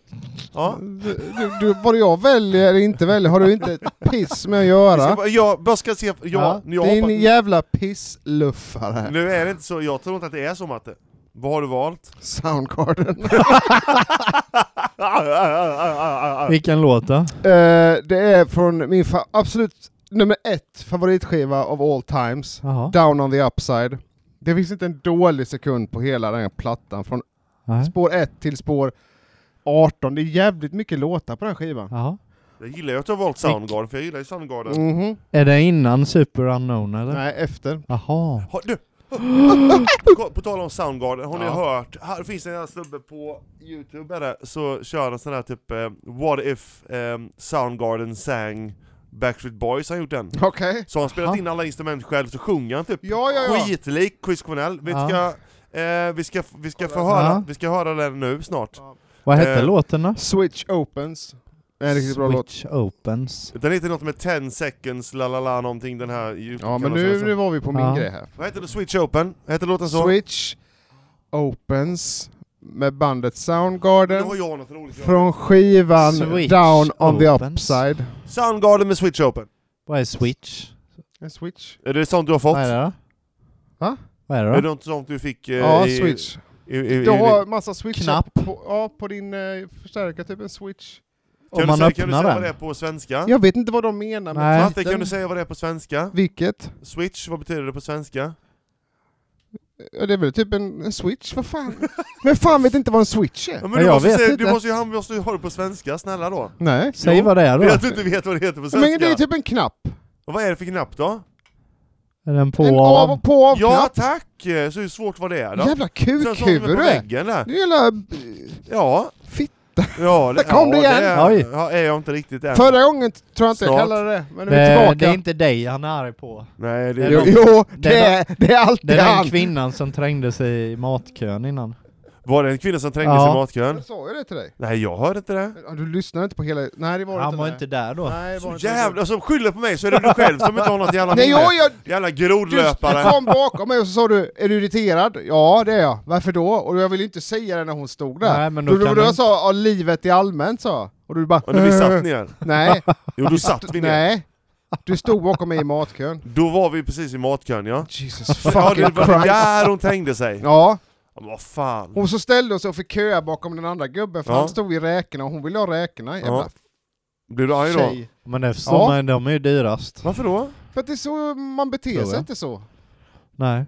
Speaker 3: Ja.
Speaker 4: Du, du, vad jag väljer eller inte väljer har du inte ett piss med att
Speaker 3: Jag ska
Speaker 4: göra.
Speaker 3: bara- Jag bara ska se... Ja, jag
Speaker 4: Din
Speaker 3: hoppas-
Speaker 4: jävla pissluffare.
Speaker 3: Nu är det inte så, jag tror inte att det är så Matte. Vad har du valt?
Speaker 4: Soundgarden.
Speaker 2: Vilken låt då?
Speaker 4: Eh, det är från min fa- absolut nummer ett favoritskiva of all times.
Speaker 2: Jaha.
Speaker 4: Down on the upside. Det finns inte en dålig sekund på hela den här plattan. Från
Speaker 2: Nej.
Speaker 4: spår 1 till spår 18. Det är jävligt mycket låtar på den här skivan.
Speaker 2: Jaha.
Speaker 3: Jag gillar ju att du har valt Soundgarden, för jag gillar ju Soundgarden.
Speaker 4: Mhm.
Speaker 2: Är det innan Super Unknown eller?
Speaker 4: Nej, efter.
Speaker 2: Jaha.
Speaker 3: Har, du! på, på tal om Soundgarden, har ni
Speaker 4: Ja.
Speaker 3: hört? Här finns en jävla snubbe på youtube eller, så kör en sån här typ eh, What if eh, Soundgarden sang Backstreet Boys, han gjort den.
Speaker 4: Okej.
Speaker 3: Så han spelat
Speaker 2: Aha.
Speaker 3: in alla instrument själv, så sjunger han typ
Speaker 4: Ja, ja, ja.
Speaker 3: skitlik Chris Cornell. Vi
Speaker 2: Ja.
Speaker 3: ska, eh, vi ska, vi ska, få
Speaker 4: Kolla.
Speaker 3: höra,
Speaker 2: Ja.
Speaker 3: vi ska höra den nu snart.
Speaker 2: Vad hette
Speaker 3: Eh,
Speaker 2: låten då?
Speaker 4: Switch opens. En riktigt bra låt.
Speaker 2: Switch Opens.
Speaker 3: Den heter något med 10 seconds, la la la någonting den här YouTube-
Speaker 4: Ja, men
Speaker 3: kanalen
Speaker 4: nu,
Speaker 3: som-
Speaker 4: nu var vi på min
Speaker 2: Ja.
Speaker 4: grej här.
Speaker 3: Vad heter det? Switch Open? Heter låten så?
Speaker 4: Switch opens med bandet
Speaker 3: Nu
Speaker 4: Soundgarden.
Speaker 3: har jag något roligt att göra.
Speaker 4: Från skivan
Speaker 2: Switch
Speaker 4: Down on the
Speaker 2: opens.
Speaker 4: upside.
Speaker 3: Soundgarden med Switch Open.
Speaker 2: Vad är Switch?
Speaker 4: En switch.
Speaker 3: Är det sånt du har fått?
Speaker 2: Vad är
Speaker 3: Är
Speaker 2: det då?
Speaker 4: Va?
Speaker 2: Vad är det då?
Speaker 3: det något sånt du fick? eh,
Speaker 4: Ja,
Speaker 3: i,
Speaker 4: switch.
Speaker 3: I, i, i,
Speaker 4: Du har massa switchar
Speaker 2: Knapp.
Speaker 4: På, ja, på din eh, förstärkare, typ en switch.
Speaker 3: kan
Speaker 2: Om
Speaker 3: du,
Speaker 2: man
Speaker 3: säga- Kan du
Speaker 2: öppnar
Speaker 3: säga vad
Speaker 2: den?
Speaker 3: det är på svenska?
Speaker 4: Jag vet inte vad de menar med
Speaker 2: Nej.
Speaker 3: Matte, kan
Speaker 4: titeln.
Speaker 3: du säga vad det är på svenska?
Speaker 4: Vilket?
Speaker 3: Switch, vad betyder det på svenska?
Speaker 4: Ja, det är väl typ en, en switch, vad fan? Vem fan vet inte vad en switch är?
Speaker 3: Ja,
Speaker 2: Ja,
Speaker 3: du,
Speaker 2: jag
Speaker 3: måste
Speaker 2: vet
Speaker 3: säga,
Speaker 2: inte.
Speaker 3: du måste ju han måste ju ha det på svenska, snälla då.
Speaker 4: Nej.
Speaker 2: Säg vad det är då.
Speaker 3: Vet du inte vet vad det heter på svenska?
Speaker 4: Men det är typ en knapp.
Speaker 3: Och vad är det för knapp då?
Speaker 2: Är den på
Speaker 4: en av
Speaker 2: av?
Speaker 4: och på av
Speaker 3: Ja
Speaker 4: knapp.
Speaker 3: tack! Eh, Så hur svårt var det är då?
Speaker 4: Jävla
Speaker 3: Sen så har de det
Speaker 4: kukhuvud
Speaker 3: på
Speaker 4: du är.
Speaker 3: väggen där.
Speaker 4: Du är jävla...
Speaker 3: Ja.
Speaker 4: Fitt.
Speaker 3: Ja,
Speaker 4: Där kom det igen.
Speaker 3: är-
Speaker 2: Oj.
Speaker 3: Ja, är jag inte riktigt än.
Speaker 4: Förra gången tror jag inte
Speaker 3: Snart.
Speaker 4: jag kallade det men nu är vi
Speaker 2: Det,
Speaker 4: tillbaka.
Speaker 2: det är inte dig han är arg på.
Speaker 3: Nej, det
Speaker 2: Det är
Speaker 3: är
Speaker 4: Jo,
Speaker 2: de-
Speaker 4: jo
Speaker 2: det
Speaker 4: det,
Speaker 2: är
Speaker 4: är, det är
Speaker 2: Det
Speaker 4: alltid
Speaker 2: är den
Speaker 4: han!
Speaker 2: kvinnan som trängde sig i matkön innan.
Speaker 3: Var det en kvinna som trängdes
Speaker 2: Ja.
Speaker 3: i matkön?
Speaker 4: Jag sa ju det till dig.
Speaker 3: Nej, jag hörde inte det.
Speaker 4: Ja, Du lyssnade inte på hela... Nej det var
Speaker 2: Han
Speaker 4: inte
Speaker 2: var
Speaker 4: det.
Speaker 2: inte där då.
Speaker 4: Nej, det var
Speaker 3: Så
Speaker 4: inte det.
Speaker 3: jävla... Som skyller på mig så är det du själv som inte har något jävla
Speaker 4: Nej jag,
Speaker 3: minne.
Speaker 4: jag,
Speaker 3: Jävla
Speaker 4: du
Speaker 3: grodlöpare.
Speaker 4: kom bakom mig och så sa du Är du irriterad? Ja det är jag. Varför då? Och jag ville inte säga det när hon stod där.
Speaker 2: Nej, men då
Speaker 4: då, då,
Speaker 2: kan
Speaker 4: då
Speaker 2: du-
Speaker 4: jag sa ja, livet är allmänt sa jag. Och du bara
Speaker 3: Och när vi satt ner.
Speaker 4: Nej,
Speaker 3: Jo, då satt vi ner.
Speaker 4: nej. Du stod bakom mig i matkön.
Speaker 3: Då var vi precis i matkön, ja.
Speaker 4: Jesus
Speaker 3: Ja, det
Speaker 4: fucking
Speaker 3: var
Speaker 4: Christ.
Speaker 3: där hon trängde sig.
Speaker 4: Ja,
Speaker 3: Ja, men vad fan.
Speaker 4: Hon så ställde hon sig och fick köa bakom den andra gubben för
Speaker 3: Ja.
Speaker 4: han stod i räkorna och hon ville ha räkorna. Jävla
Speaker 3: Blir du arg då?
Speaker 4: tjej.
Speaker 5: Men det förstår
Speaker 4: Ja.
Speaker 5: man, de är ju dyrast.
Speaker 3: Varför då?
Speaker 4: För att det är så man beter
Speaker 5: Tror
Speaker 4: sig
Speaker 5: jag.
Speaker 4: inte så.
Speaker 5: Nej.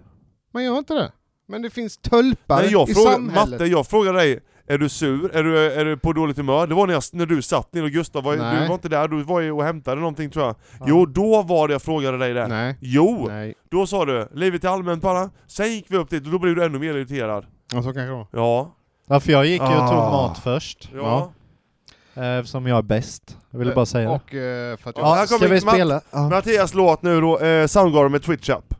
Speaker 4: Man gör inte det. Men det finns tölpar
Speaker 3: Nej, jag
Speaker 4: i
Speaker 3: frågar,
Speaker 4: samhället.
Speaker 3: Matte, jag frågar dig, är du sur? Är du, är du på dåligt humör? Det var när, jag, när du satt ner och Gustav, var,
Speaker 4: Nej.
Speaker 3: du var inte där, du var ju och hämtade någonting tror jag. Jo, då var det jag frågade dig det.
Speaker 4: Nej.
Speaker 3: Jo,
Speaker 4: Nej.
Speaker 3: då sa du, livet är allmänt bara. Sen gick vi upp dit och då blev du ännu mer irriterad.
Speaker 4: Ja, så kanske det var.
Speaker 3: Ja.
Speaker 5: Ja, för jag gick ju och tog
Speaker 3: Ah.
Speaker 5: mat först.
Speaker 3: Ja.
Speaker 4: Ja.
Speaker 5: Eh, som jag är bäst. Jag ville bara säga det.
Speaker 4: Och eh, för att jag...
Speaker 3: Ja, här kommer
Speaker 5: Ska vi
Speaker 3: Matt-
Speaker 5: spela? Ja.
Speaker 3: Mattias låt nu då, eh, Soundgarden med Twitch Up.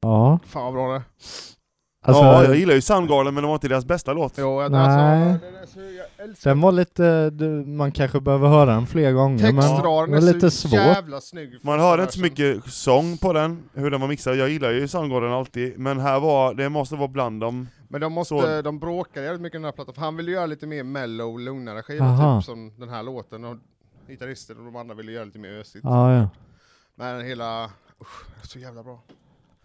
Speaker 5: ja.
Speaker 4: Fan vad bra det är.
Speaker 5: Alltså,
Speaker 3: ja, jag gillar ju Soundgarden men det var inte deras bästa låt.
Speaker 4: Jo, jag,
Speaker 5: Nej.
Speaker 4: alltså, det är så, jag älskar
Speaker 5: den var lite... du- Man kanske behöver höra den fler gånger. men
Speaker 4: textraden,
Speaker 5: det var lite
Speaker 4: så
Speaker 5: svårt.
Speaker 4: jävla snygg.
Speaker 3: Man hörde
Speaker 4: Alltså.
Speaker 3: inte så mycket sång på den, hur den var mixad. Jag gillar ju Soundgarden alltid, men här var, det måste vara bland dem.
Speaker 4: Men de, måste,
Speaker 3: Så.
Speaker 4: de bråkade jävligt mycket i den här plattan, för han ville göra lite mer mellow, lugnare skivor,
Speaker 5: Aha.
Speaker 4: typ som den här låten. Och gitarristen och de andra ville göra lite mer ösigt.
Speaker 2: Ja, ja.
Speaker 4: Men hela... Usch, så jävla bra.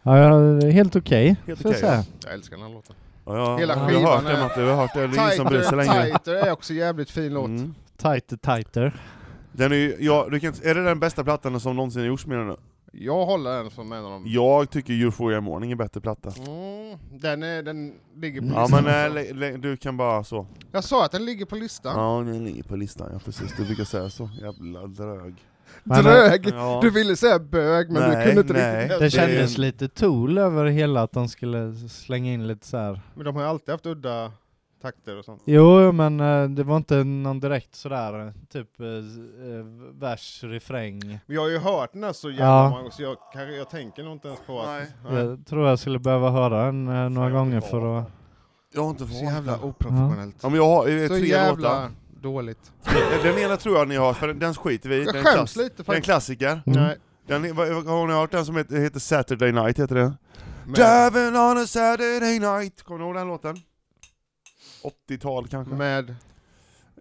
Speaker 2: ja, ja det är helt okej.
Speaker 3: Helt
Speaker 2: så att
Speaker 3: okej.
Speaker 2: säga.
Speaker 4: Jag älskar den här låten.
Speaker 3: Ja, ja,
Speaker 4: Hela
Speaker 3: jag har
Speaker 4: skivan
Speaker 3: hört det
Speaker 4: är-
Speaker 3: Matte, jag har hört det. Det är ingen som bryr sig
Speaker 4: Tighter,
Speaker 3: längre.
Speaker 4: tighter är också jävligt fin låt.
Speaker 3: Mm.
Speaker 2: Tighter, tighter.
Speaker 3: Den är ju, ja, du kan, inte- är det den bästa plattan som någonsin gjorts menar du?
Speaker 4: Jag håller den som en av dem.
Speaker 3: Jag tycker Euphoria Morning är bättre platta.
Speaker 4: Mm, den, är, den ligger på
Speaker 3: Ja
Speaker 4: listan.
Speaker 3: men
Speaker 4: också.
Speaker 3: eh, le- le- du kan bara så.
Speaker 4: Jag sa att den ligger på listan.
Speaker 3: Ja den ligger på listan, ja precis. Du brukar säga så. Jävla drög.
Speaker 2: Men, eh,
Speaker 4: Drög!
Speaker 3: Ja.
Speaker 4: Du ville säga bög, men
Speaker 3: Nej,
Speaker 4: du kunde inte
Speaker 3: nej.
Speaker 4: riktigt
Speaker 2: Det
Speaker 3: Det-
Speaker 2: kändes lite tool över hela att de skulle slänga in lite så här.
Speaker 4: Men de har ju alltid haft udda takter och sånt.
Speaker 2: Jo, men eh, det var inte någon direkt sådär eh, typ eh, eh, vers, refräng.
Speaker 4: Men jag har ju hört den här så jävla
Speaker 2: Ja.
Speaker 4: många gånger, så jag, kan, jag tänker nog inte ens på att...
Speaker 3: Nej.
Speaker 2: Jag tror jag skulle behöva höra den eh, några
Speaker 4: jag
Speaker 2: gånger
Speaker 4: vill
Speaker 2: för att...
Speaker 3: Jag har inte
Speaker 4: Så
Speaker 3: fått
Speaker 4: jävla
Speaker 3: jävla...
Speaker 4: oprofessionellt.
Speaker 3: Ja men jag har eh,
Speaker 4: Så
Speaker 3: tre
Speaker 4: jävla
Speaker 3: låtar.
Speaker 4: dåligt.
Speaker 3: Den ena tror jag ni har, för den, den skiter vi i.
Speaker 4: Jag
Speaker 3: Den
Speaker 4: skäms
Speaker 3: klass,
Speaker 4: lite
Speaker 3: Det är en
Speaker 4: faktiskt.
Speaker 3: klassiker.
Speaker 2: Mm.
Speaker 4: Nej.
Speaker 3: Den, vad- vad- har ni hört den som heter, heter Saturday Night? Heter den?
Speaker 4: Men,
Speaker 3: Driving on a Saturday night. Kommer ni ihåg den låten? 80-tal kanske?
Speaker 4: med,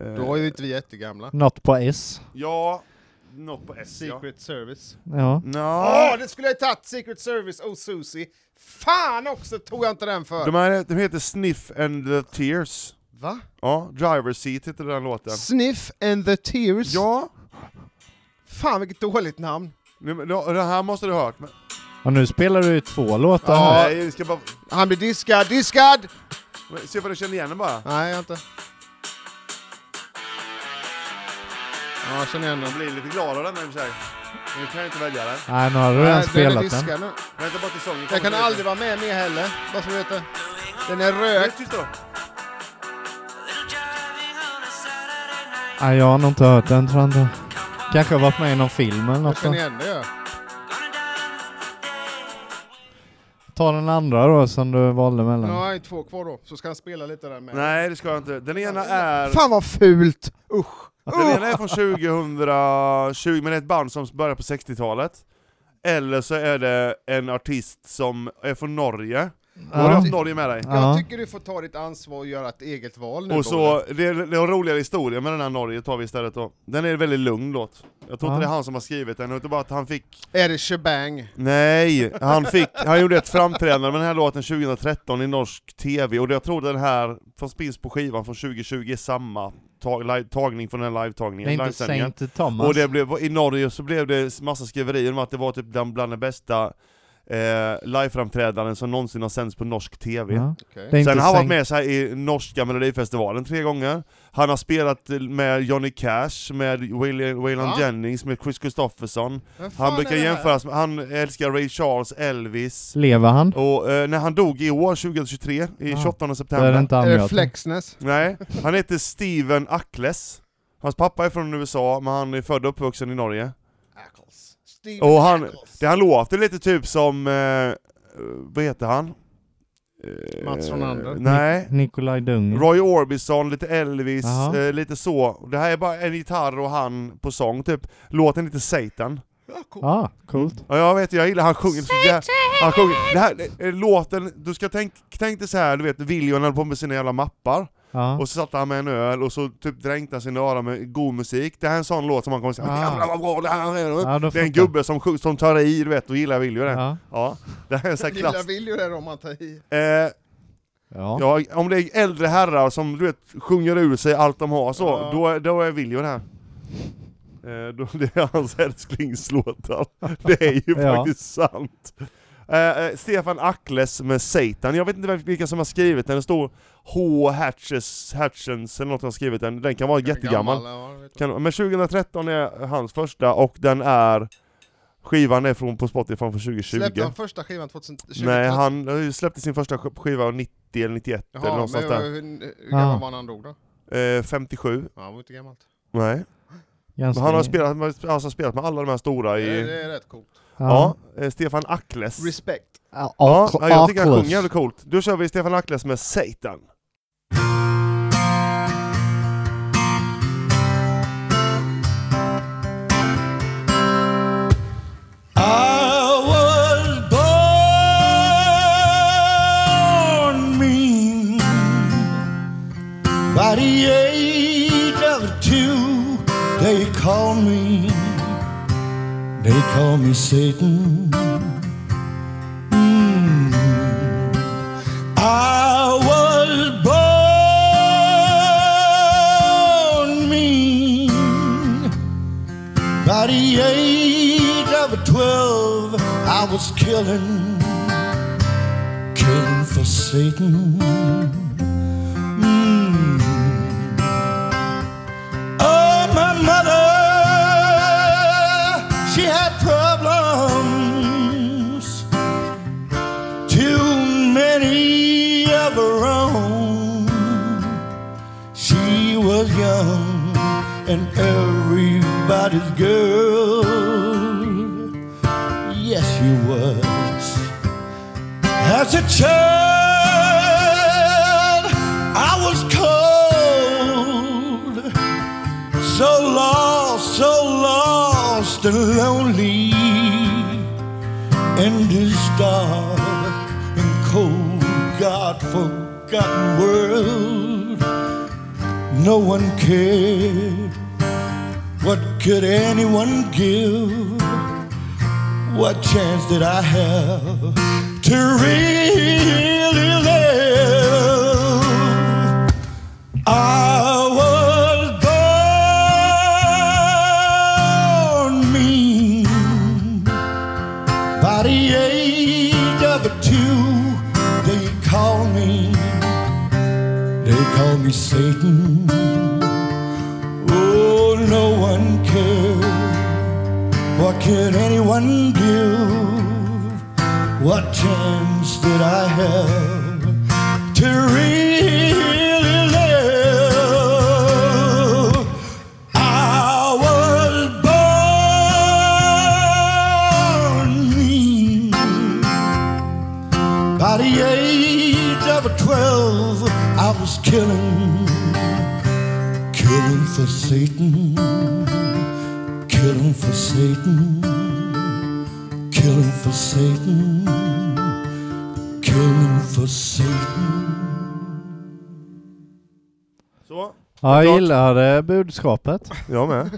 Speaker 3: Eh,
Speaker 4: då är ju inte vi jättegamla.
Speaker 2: Något på S.
Speaker 3: Ja, något på S ja. Ah,
Speaker 4: Secret Service.
Speaker 2: Ja.
Speaker 4: Åh,
Speaker 3: Nå.
Speaker 4: det skulle jag ha tagit! Secret Service och Susie. Fan också tog jag inte den för!
Speaker 3: De, här, de heter Sniff and the Tears.
Speaker 4: Va?
Speaker 3: Ja, Driver Seat heter den låten.
Speaker 4: Sniff and the Tears.
Speaker 3: Ja,
Speaker 4: Fan vilket dåligt namn.
Speaker 3: nu- nu- det här måste du ha hört. Men,
Speaker 2: Och nu spelar du ju två låtar här.
Speaker 3: Nej, vi ska bara...
Speaker 4: Han blir diskad, diskad!
Speaker 3: men Se vad du känner igen den bara.
Speaker 4: Nej, jag har inte. Ja, jag känner igen den.
Speaker 3: Jag blir lite glad av den här i och för sig. Men du kan inte välja den.
Speaker 2: Nej, nu har du redan
Speaker 4: Nej, den är
Speaker 2: spelat den.
Speaker 4: diskad nu.
Speaker 3: Vänta bara till sången
Speaker 4: Jag kan aldrig vara med mer heller, bara så du vet det. Den är rökt.
Speaker 3: Tyst då.
Speaker 2: Nej, jag har nog inte hört den tror jag inte. Kanske har varit med i någon film eller
Speaker 4: Jag
Speaker 2: något.
Speaker 4: känner
Speaker 2: då.
Speaker 4: igen det ja.
Speaker 2: Ta den andra då som du valde
Speaker 4: Nu
Speaker 2: mellan.
Speaker 4: har jag ju två kvar då, så ska han spela lite där med.
Speaker 3: Nej, det ska jag inte. Den ena är...
Speaker 4: Fan vad fult! Usch!
Speaker 3: Den ena är från 2020, men det är ett band som börjar på 60-talet. Eller så är det en artist som är från Norge. Har du
Speaker 2: Ja.
Speaker 3: haft Norge med dig?
Speaker 2: Ja.
Speaker 4: Jag tycker du får ta ditt ansvar och göra ett eget val nu
Speaker 3: Och
Speaker 4: Bolle.
Speaker 3: så, det är, det är en roligare historia med den här Norge tar vi istället då. Den är en väldigt lugn låt. Jag tror
Speaker 2: Ja.
Speaker 3: inte det är han som har skrivit den, utan bara att han fick...
Speaker 4: Är det shebang?
Speaker 3: Nej! Han fick, han gjorde ett framträdande med den här låten 2013 i norsk TV, och jag tror den här, som finns på skivan från 2020, är samma tag, live, tagning från den här
Speaker 2: Det är
Speaker 3: livesändningen.
Speaker 2: inte
Speaker 3: livesändningen.
Speaker 2: Saint Thomas.
Speaker 3: Och det blev, i Norge så blev det massa skriverier om att det var typ den bland de bästa eh, liveframträdanden som någonsin har sänts på norsk TV.
Speaker 2: Ja.
Speaker 4: Okej.
Speaker 2: Det är inte
Speaker 3: Sen har han varit
Speaker 2: Saint-
Speaker 3: med så här i norska melodifestivalen tre gånger Han har spelat med Johnny Cash, med Waylon Waylon
Speaker 4: Ja.
Speaker 3: Jennings, med Chris Kristofferson
Speaker 4: Vem fan
Speaker 3: Han
Speaker 4: är
Speaker 3: brukar
Speaker 4: det här?
Speaker 3: jämföras med, han älskar Ray Charles, Elvis
Speaker 2: Lever han?
Speaker 3: Och eh, när han dog i år, 2023, i
Speaker 2: Ja.
Speaker 3: 28
Speaker 2: Då är det
Speaker 3: september
Speaker 2: inte han
Speaker 4: Är det
Speaker 2: jag tänker.
Speaker 4: flexness?
Speaker 3: Nej, han heter Steven Ackles Hans pappa är från USA, men han är född och uppvuxen i Norge
Speaker 4: Ackles. Steve
Speaker 3: Och han,
Speaker 4: Ackles.
Speaker 3: det han låter lite typ som, eh, vad heter han? Eh,
Speaker 4: Mats Ronander.
Speaker 3: Nej
Speaker 2: Nikolaj Dung.
Speaker 3: Roy Orbison, lite Elvis,
Speaker 2: Mm. Jaha.
Speaker 3: eh, lite så. Det här är bara en gitarr och han på sång typ. Låten heter Satan.
Speaker 2: Ja, coolt.
Speaker 3: Ja jag vet, jag gillar, han sjunger så jä- Han sjunger, det här, eh, låten, du ska tänk, tänk dig så här, du vet William höll på med sina jävla mappar,
Speaker 2: Ja.
Speaker 3: och så satte han med en öl och så typ dränkte han sina öron med god musik. Det här är en sån låt som man kommer säga
Speaker 2: Ah.
Speaker 3: jävlar vad bra det här är.
Speaker 2: Ja, då
Speaker 3: Det är en
Speaker 2: fattar jag.
Speaker 3: gubbe som, sjung- som tar i, du vet, och gillar William det. Ja.
Speaker 2: Ja.
Speaker 3: Det här är en sån här
Speaker 4: Lilla
Speaker 3: klass.
Speaker 4: vill ju det om man tar i.
Speaker 3: Eh,
Speaker 2: Ja.
Speaker 3: Ja, om det är äldre herrar som du vet, sjunger ur sig allt de har så,
Speaker 4: Ja.
Speaker 3: då, är- då är William här. Eh, då, det är hans älsklingslåtar. Det är ju
Speaker 2: Ja.
Speaker 3: faktiskt sant. Eh, eh, Stefan Ackles med Satan, jag vet inte vem- vilka som har skrivit den, det står H. Hatches, Hatchens eller något som har skrivit den, den kan vara jättegammal.
Speaker 4: ja, jag vet inte.
Speaker 3: Kan, men 2013 är hans första och den är, skivan är från, på Spotify från 2020.
Speaker 4: Släppte han första skivan 2020?
Speaker 3: Nej, han eh, släppte sin första sk- skiva 90 eller 91
Speaker 4: Jaha,
Speaker 3: eller någonstans
Speaker 4: men
Speaker 3: där.
Speaker 4: hur, hur
Speaker 2: Ja.
Speaker 4: gammal var han när han dog då?
Speaker 3: Eh, 57.
Speaker 4: Ja, han var inte gammalt.
Speaker 3: Nej.
Speaker 2: Ganska...
Speaker 3: Men han har spelat, med- alltså spelat med alla de här stora
Speaker 4: Det,
Speaker 3: i...
Speaker 4: Eh, det är rätt coolt.
Speaker 3: Ja, eh, Stefan Ackles.
Speaker 4: Respekt.
Speaker 2: Ja.
Speaker 3: Ja,
Speaker 2: Ak-
Speaker 3: ja, jag tycker han
Speaker 2: Aklos.
Speaker 3: sjunger jävligt coolt. Då kör vi Stefan Ackles med Satan.
Speaker 6: I was born mean by the age of two. They called me Satan. Mm. I was born mean. By the age of twelve, I was killing, killing for Satan. Mm. Oh, my mother, she had problems, too many of her own. She was young and everybody's girl. Yes, she was. As a child, I was cold, so lost, so lost and lonely in this dark and cold, God forgotten world. No one cared. What could anyone give? What chance did I have to really live? I was born mean. By the age of two, they call me, they call me Satan. Oh, no one cared. What could anyone give? What chance did I have to really live? I was born mean. By the age of twelve, I was killing, killing for Satan killing for Satan, killing for Satan, killing for Satan.
Speaker 3: Så,
Speaker 2: Ja, jag
Speaker 3: klart.
Speaker 2: gillade budskapet.
Speaker 3: jag med.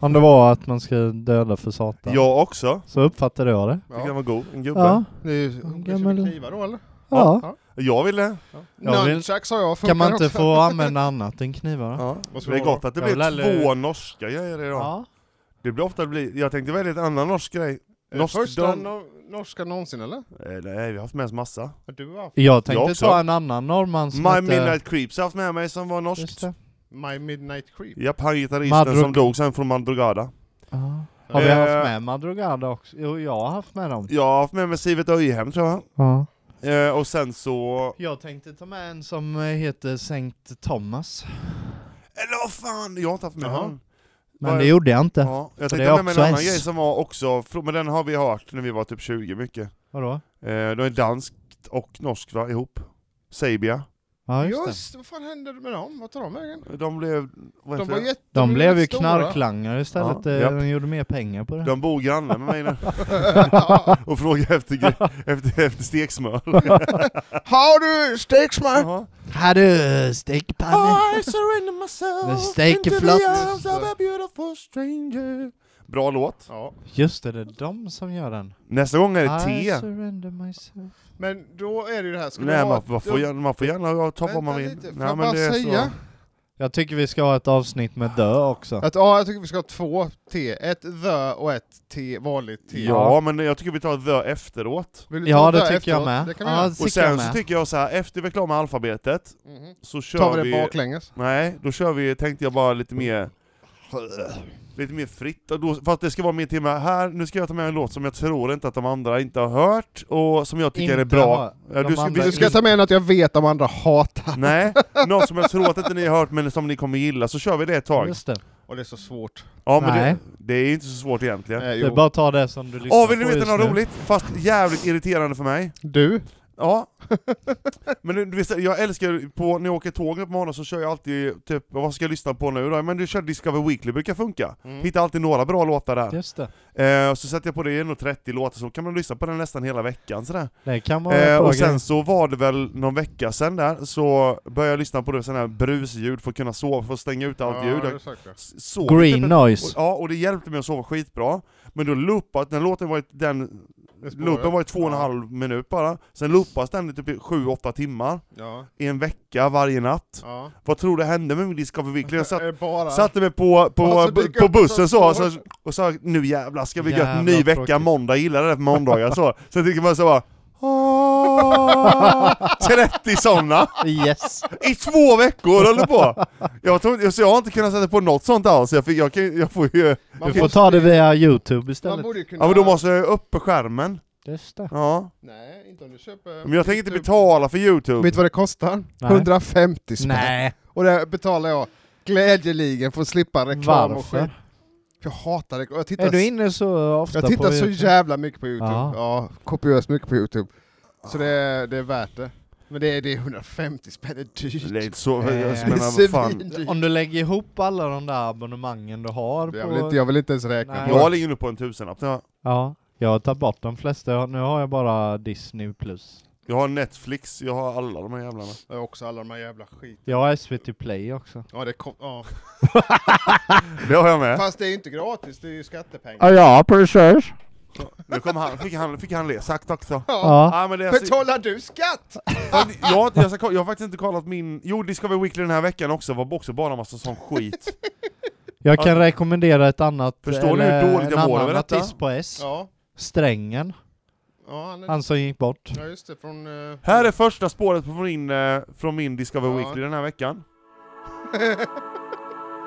Speaker 2: Om det var att man ska döda för satan.
Speaker 3: Jag också.
Speaker 2: Så uppfattade jag det.
Speaker 3: Tycker den
Speaker 4: Ja.
Speaker 3: var god, en gubbe.
Speaker 2: Ja.
Speaker 4: Det är ju kanske
Speaker 2: Gammal-
Speaker 4: med knivar då eller?
Speaker 2: ja.
Speaker 3: Jag ville.
Speaker 2: Jag vill-
Speaker 4: Nunchucks har jag, funkar
Speaker 2: Kan man inte
Speaker 4: också.
Speaker 2: få använda annat än knivar då?
Speaker 3: Ja.
Speaker 4: Vad ska
Speaker 3: Det är
Speaker 4: det vara?
Speaker 3: gott att det
Speaker 2: Jag
Speaker 3: blir
Speaker 2: vill aldrig-
Speaker 3: två norska grejer idag. Det blir ofta, det blir, jag tänkte välja en annan norsk grej.
Speaker 4: Är det
Speaker 3: Norsk
Speaker 4: Första
Speaker 3: dom-
Speaker 4: no- norska någonsin eller?
Speaker 3: Eh, nej, vi har haft med oss massa.
Speaker 4: Du har haft
Speaker 2: Jag
Speaker 3: Jag
Speaker 2: tänkte
Speaker 3: också.
Speaker 2: ta en annan norrman som
Speaker 3: My
Speaker 2: hette-
Speaker 3: Midnight Creeps har jag haft med mig som var
Speaker 2: Just
Speaker 3: norskt.
Speaker 2: det.
Speaker 4: My Midnight Creep.
Speaker 3: Japp, han gitarristen
Speaker 2: Madrug-
Speaker 3: som dog sen från Mandrugada.
Speaker 2: Ja. Har vi
Speaker 3: Eh.
Speaker 2: haft med Madrugada också? Jo, jag har haft med dem.
Speaker 3: Jag har haft med mig Sivet Öjehem tror jag.
Speaker 2: Ja.
Speaker 3: Eh, och sen så...
Speaker 2: Jag tänkte ta med en som heter Sankt Thomas.
Speaker 3: Eller vad fan, jag har inte haft med
Speaker 4: Jaha.
Speaker 3: honom.
Speaker 2: Men
Speaker 3: Var-
Speaker 2: det gjorde jag inte.
Speaker 3: Ja, jag tänkte
Speaker 2: För det är
Speaker 3: med mig en
Speaker 2: också
Speaker 3: annan
Speaker 2: S.
Speaker 3: grej som var också, fr- men den har vi hört när vi var typ 20 mycket.
Speaker 2: Vadå?
Speaker 3: Eh, de är danskt och norskt va, ihop. Serbia.
Speaker 2: Ja, just,
Speaker 4: Just,
Speaker 2: det.
Speaker 4: vad fan hände med dem? Vad tar de vägen?
Speaker 3: De blev... Vad
Speaker 4: De
Speaker 3: heter
Speaker 4: var
Speaker 3: det?
Speaker 4: jätte...
Speaker 2: De blev ju
Speaker 4: stora.
Speaker 2: knarklangare istället.
Speaker 3: Ja,
Speaker 2: Eh,
Speaker 3: japp.
Speaker 2: De gjorde mer pengar på det.
Speaker 3: De bor grannar med mig nu.
Speaker 4: Ja.
Speaker 3: och frågar efter, gre- efter, efter steksmör.
Speaker 4: Har du steksmör?
Speaker 3: Jaha.
Speaker 2: Här du, stekpanne!
Speaker 3: Oh, I surrender myself
Speaker 2: Men steak är flott.
Speaker 3: a beautiful stranger. Bra låt.
Speaker 4: Ja.
Speaker 2: Just det, det är de som gör den.
Speaker 3: Nästa gång är det
Speaker 2: I
Speaker 3: te.
Speaker 2: surrender myself.
Speaker 4: Men då är det ju det här, ska vi
Speaker 3: Nej,
Speaker 4: ha
Speaker 3: man,
Speaker 4: ett-
Speaker 3: man, får gärna, man får gärna ta vad man
Speaker 4: Vänta
Speaker 3: vill.
Speaker 4: lite, får
Speaker 3: Nej,
Speaker 4: jag bara
Speaker 3: men det är
Speaker 4: säga?
Speaker 3: så.
Speaker 2: Jag tycker vi ska ha ett avsnitt med dö också.
Speaker 4: Att, ja, jag tycker vi ska ha två T. Ett the och ett T, vanligt T.
Speaker 3: Ja, men jag tycker vi tar the efteråt.
Speaker 4: Vill du
Speaker 2: Ja,
Speaker 4: ta
Speaker 2: det
Speaker 4: the
Speaker 2: tycker
Speaker 4: efteråt?
Speaker 2: jag med.
Speaker 4: Det kan vi
Speaker 2: ja,
Speaker 4: göra.
Speaker 2: det
Speaker 3: Och
Speaker 2: tycker jag
Speaker 3: sen så
Speaker 2: med.
Speaker 3: tycker jag så här, efter vi är klara med alfabetet
Speaker 4: Mhm.
Speaker 3: så
Speaker 4: Tar
Speaker 3: kör
Speaker 4: vi
Speaker 3: vi...
Speaker 4: det baklänges?
Speaker 3: Nej, då kör vi, tänkte jag bara lite mer... Lite mer fritt, och då, fast det ska vara mer timme här, nu ska jag ta med en låt som jag tror inte att de andra inte har hört, och som jag tycker är
Speaker 2: Inte
Speaker 3: bra.
Speaker 2: har-
Speaker 3: Ja,
Speaker 2: de
Speaker 3: du ska,
Speaker 2: andra
Speaker 3: vi,
Speaker 4: Du ska
Speaker 2: inte.
Speaker 4: ta med något jag vet om andra hatar.
Speaker 3: Nej, något som jag tror att inte ni har hört men som ni kommer gilla, så kör vi det ett tag.
Speaker 2: Just det.
Speaker 4: Och det är så svårt.
Speaker 3: Ja men
Speaker 2: Nej.
Speaker 3: det, det är inte så svårt egentligen.
Speaker 4: Eh,
Speaker 2: det är
Speaker 4: jo.
Speaker 2: bara att ta det som du lyssnar
Speaker 3: Åh, vill ni
Speaker 2: på
Speaker 3: veta
Speaker 2: just
Speaker 3: något
Speaker 2: nu.
Speaker 3: roligt? Fast jävligt irriterande för mig.
Speaker 4: Du?
Speaker 3: Ja. Men du, du vet, jag älskar ju på, när jag åker tåg på morgonen så kör jag alltid typ, vad ska jag lyssna på nu då? Men du kör Discover Weekly, brukar funka.
Speaker 2: Mm.
Speaker 3: Hittar alltid några bra låtar där.
Speaker 2: Just det.
Speaker 3: Eh, och så sätter jag på det, det är nog 30 låtar, så kan man lyssna på den nästan hela veckan sådär.
Speaker 2: Det kan vara
Speaker 3: Eh,
Speaker 2: en bra
Speaker 3: och
Speaker 2: grej.
Speaker 3: sen så var det väl någon vecka sen där, så började jag lyssna på det, sådana här brusljud för att kunna sova, för att stänga ut allt ljud.
Speaker 1: Ja,
Speaker 3: Jag
Speaker 1: det sagt det.
Speaker 3: s- sov
Speaker 2: Green
Speaker 3: typ ett-
Speaker 2: noise.
Speaker 3: Och, ja, och det hjälpte mig att sova skitbra. Men då loopat, den låten var ju, den
Speaker 1: Det spårar.
Speaker 3: loopen var ju två och en halv minut bara. Sen loopas den i typ i sju, åtta timmar.
Speaker 1: Ja.
Speaker 3: I en vecka, varje natt.
Speaker 1: ja.
Speaker 3: Vad tror du hände med min Discover Weekly?
Speaker 4: Alltså,
Speaker 3: Jag satt,
Speaker 1: Är det bara...
Speaker 3: satte mig på, på,
Speaker 1: Och så
Speaker 3: bu-
Speaker 1: dyker
Speaker 3: på
Speaker 1: upp ett
Speaker 3: bussen så,
Speaker 1: sånt
Speaker 3: så och sa nu jävlar ska vi gå
Speaker 2: Jävla
Speaker 3: en ny vecka
Speaker 2: tråkigt.
Speaker 3: måndag, jag gillar det där för måndagar så. Så jag tycker man så bara "Åh, 30 sådana
Speaker 2: Yes!
Speaker 3: i två veckor håller på! Jag, tror, inte- så jag har inte kunnat sätta på något sånt alls, jag, fick, jag, kan, jag får ju...
Speaker 1: Man
Speaker 2: Du får
Speaker 1: måste-
Speaker 2: ta det via youtube
Speaker 1: Man
Speaker 2: istället.
Speaker 1: borde ju kunna...
Speaker 3: Ja men då måste jag ju upp på skärmen,
Speaker 2: Just det.
Speaker 3: ja.
Speaker 1: Nej, inte om du köper... typ-
Speaker 3: Men jag tänker inte
Speaker 4: Typ.
Speaker 3: betala för
Speaker 4: Vet
Speaker 3: youtube.
Speaker 4: du vad det kostar?
Speaker 2: Nej.
Speaker 4: 150 spänn.
Speaker 2: Nej,
Speaker 4: Och det betalar jag glädjeligen för att slippa reklam och
Speaker 2: varför?
Speaker 4: skit. Jag hatar reklam. Jag tittar,
Speaker 2: Är du inne så ofta
Speaker 4: jag tittar
Speaker 2: på
Speaker 4: så
Speaker 2: YouTube?
Speaker 4: jävla mycket på Youtube.
Speaker 2: Ja.
Speaker 4: Ja, kopiöst mycket på Youtube. Så det, är- det är värt det. Men det är, det är 150 spänn, det är dyrt.
Speaker 3: Det är inte så, alltså, jag
Speaker 2: Eh,
Speaker 3: menar vad fan.
Speaker 4: svindyrt.
Speaker 2: Om du lägger ihop alla de där abonnemangen du har
Speaker 4: Jag vill,
Speaker 2: på...
Speaker 4: inte, jag vill inte ens räkna
Speaker 2: Nej.
Speaker 4: på det.
Speaker 3: Jag ligger nu på en tusenlapp, jag,
Speaker 2: Ja, jag har tagit bort de flesta. Jag- Nu har jag bara Disney+. Plus.
Speaker 3: jag har Netflix, jag har alla de här jävlarna.
Speaker 1: Jag har också alla de här jävla skit.
Speaker 2: Jag har SVT Play också.
Speaker 1: Ja, det kom... Ja.
Speaker 3: Det har jag med.
Speaker 1: Fast det är inte gratis, det är ju skattepengar.
Speaker 2: Ja, ja precis!
Speaker 3: Nu kom han, fick han, fick han le, sagt också.
Speaker 2: Ja.
Speaker 3: men det är så-
Speaker 1: Betalar du skatt?
Speaker 3: Men jag, har inte- jag, ska, kolla- jag har faktiskt inte kollat min... Jo, Discovery Weekly den här veckan också var också bara massa sån skit.
Speaker 2: Jag kan rekommendera ett annat...
Speaker 3: Förstår ni hur
Speaker 2: eller
Speaker 3: dåligt jag
Speaker 2: en
Speaker 3: mår
Speaker 2: annan
Speaker 3: över detta?
Speaker 2: artist på S.
Speaker 1: Ja.
Speaker 2: Strängen.
Speaker 1: Ja, han är...
Speaker 2: Han som gick bort.
Speaker 1: ja just det, från... eh,
Speaker 3: Här är första spåret från min, eh, från min Discovery
Speaker 1: Ja.
Speaker 3: Weekly den här veckan.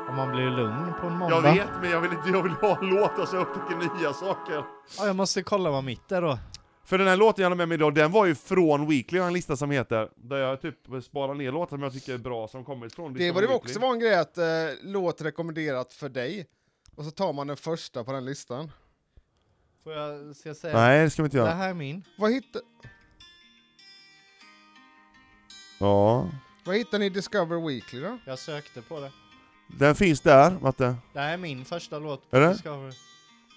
Speaker 2: Om man blir lugn på en
Speaker 3: Jag
Speaker 2: måndag.
Speaker 3: vet, men jag vill, inte- jag vill ha en låt och så upptäcker nya saker.
Speaker 2: Ja, jag måste kolla vad mitt är då.
Speaker 3: För den här låten jag har med mig idag, den var ju från Weekly, jag har en lista som heter, där jag typ sparar ner låtar som jag tycker är bra som kommit från
Speaker 1: Det var
Speaker 3: Discovery
Speaker 1: det
Speaker 3: Weekly.
Speaker 1: också var en grej att eh, låt rekommenderat för dig. Och så tar man den första på den listan.
Speaker 2: Får jag, ska jag säga?
Speaker 3: Nej, det ska vi inte
Speaker 2: Det
Speaker 3: göra.
Speaker 2: här är min.
Speaker 1: Vad hittar,
Speaker 3: Ja.
Speaker 1: vad hittar ni i Discover Weekly då?
Speaker 2: Jag sökte på det.
Speaker 3: Den finns där, Matte.
Speaker 2: Det här är min första låt.
Speaker 3: Är det?
Speaker 2: Discovery.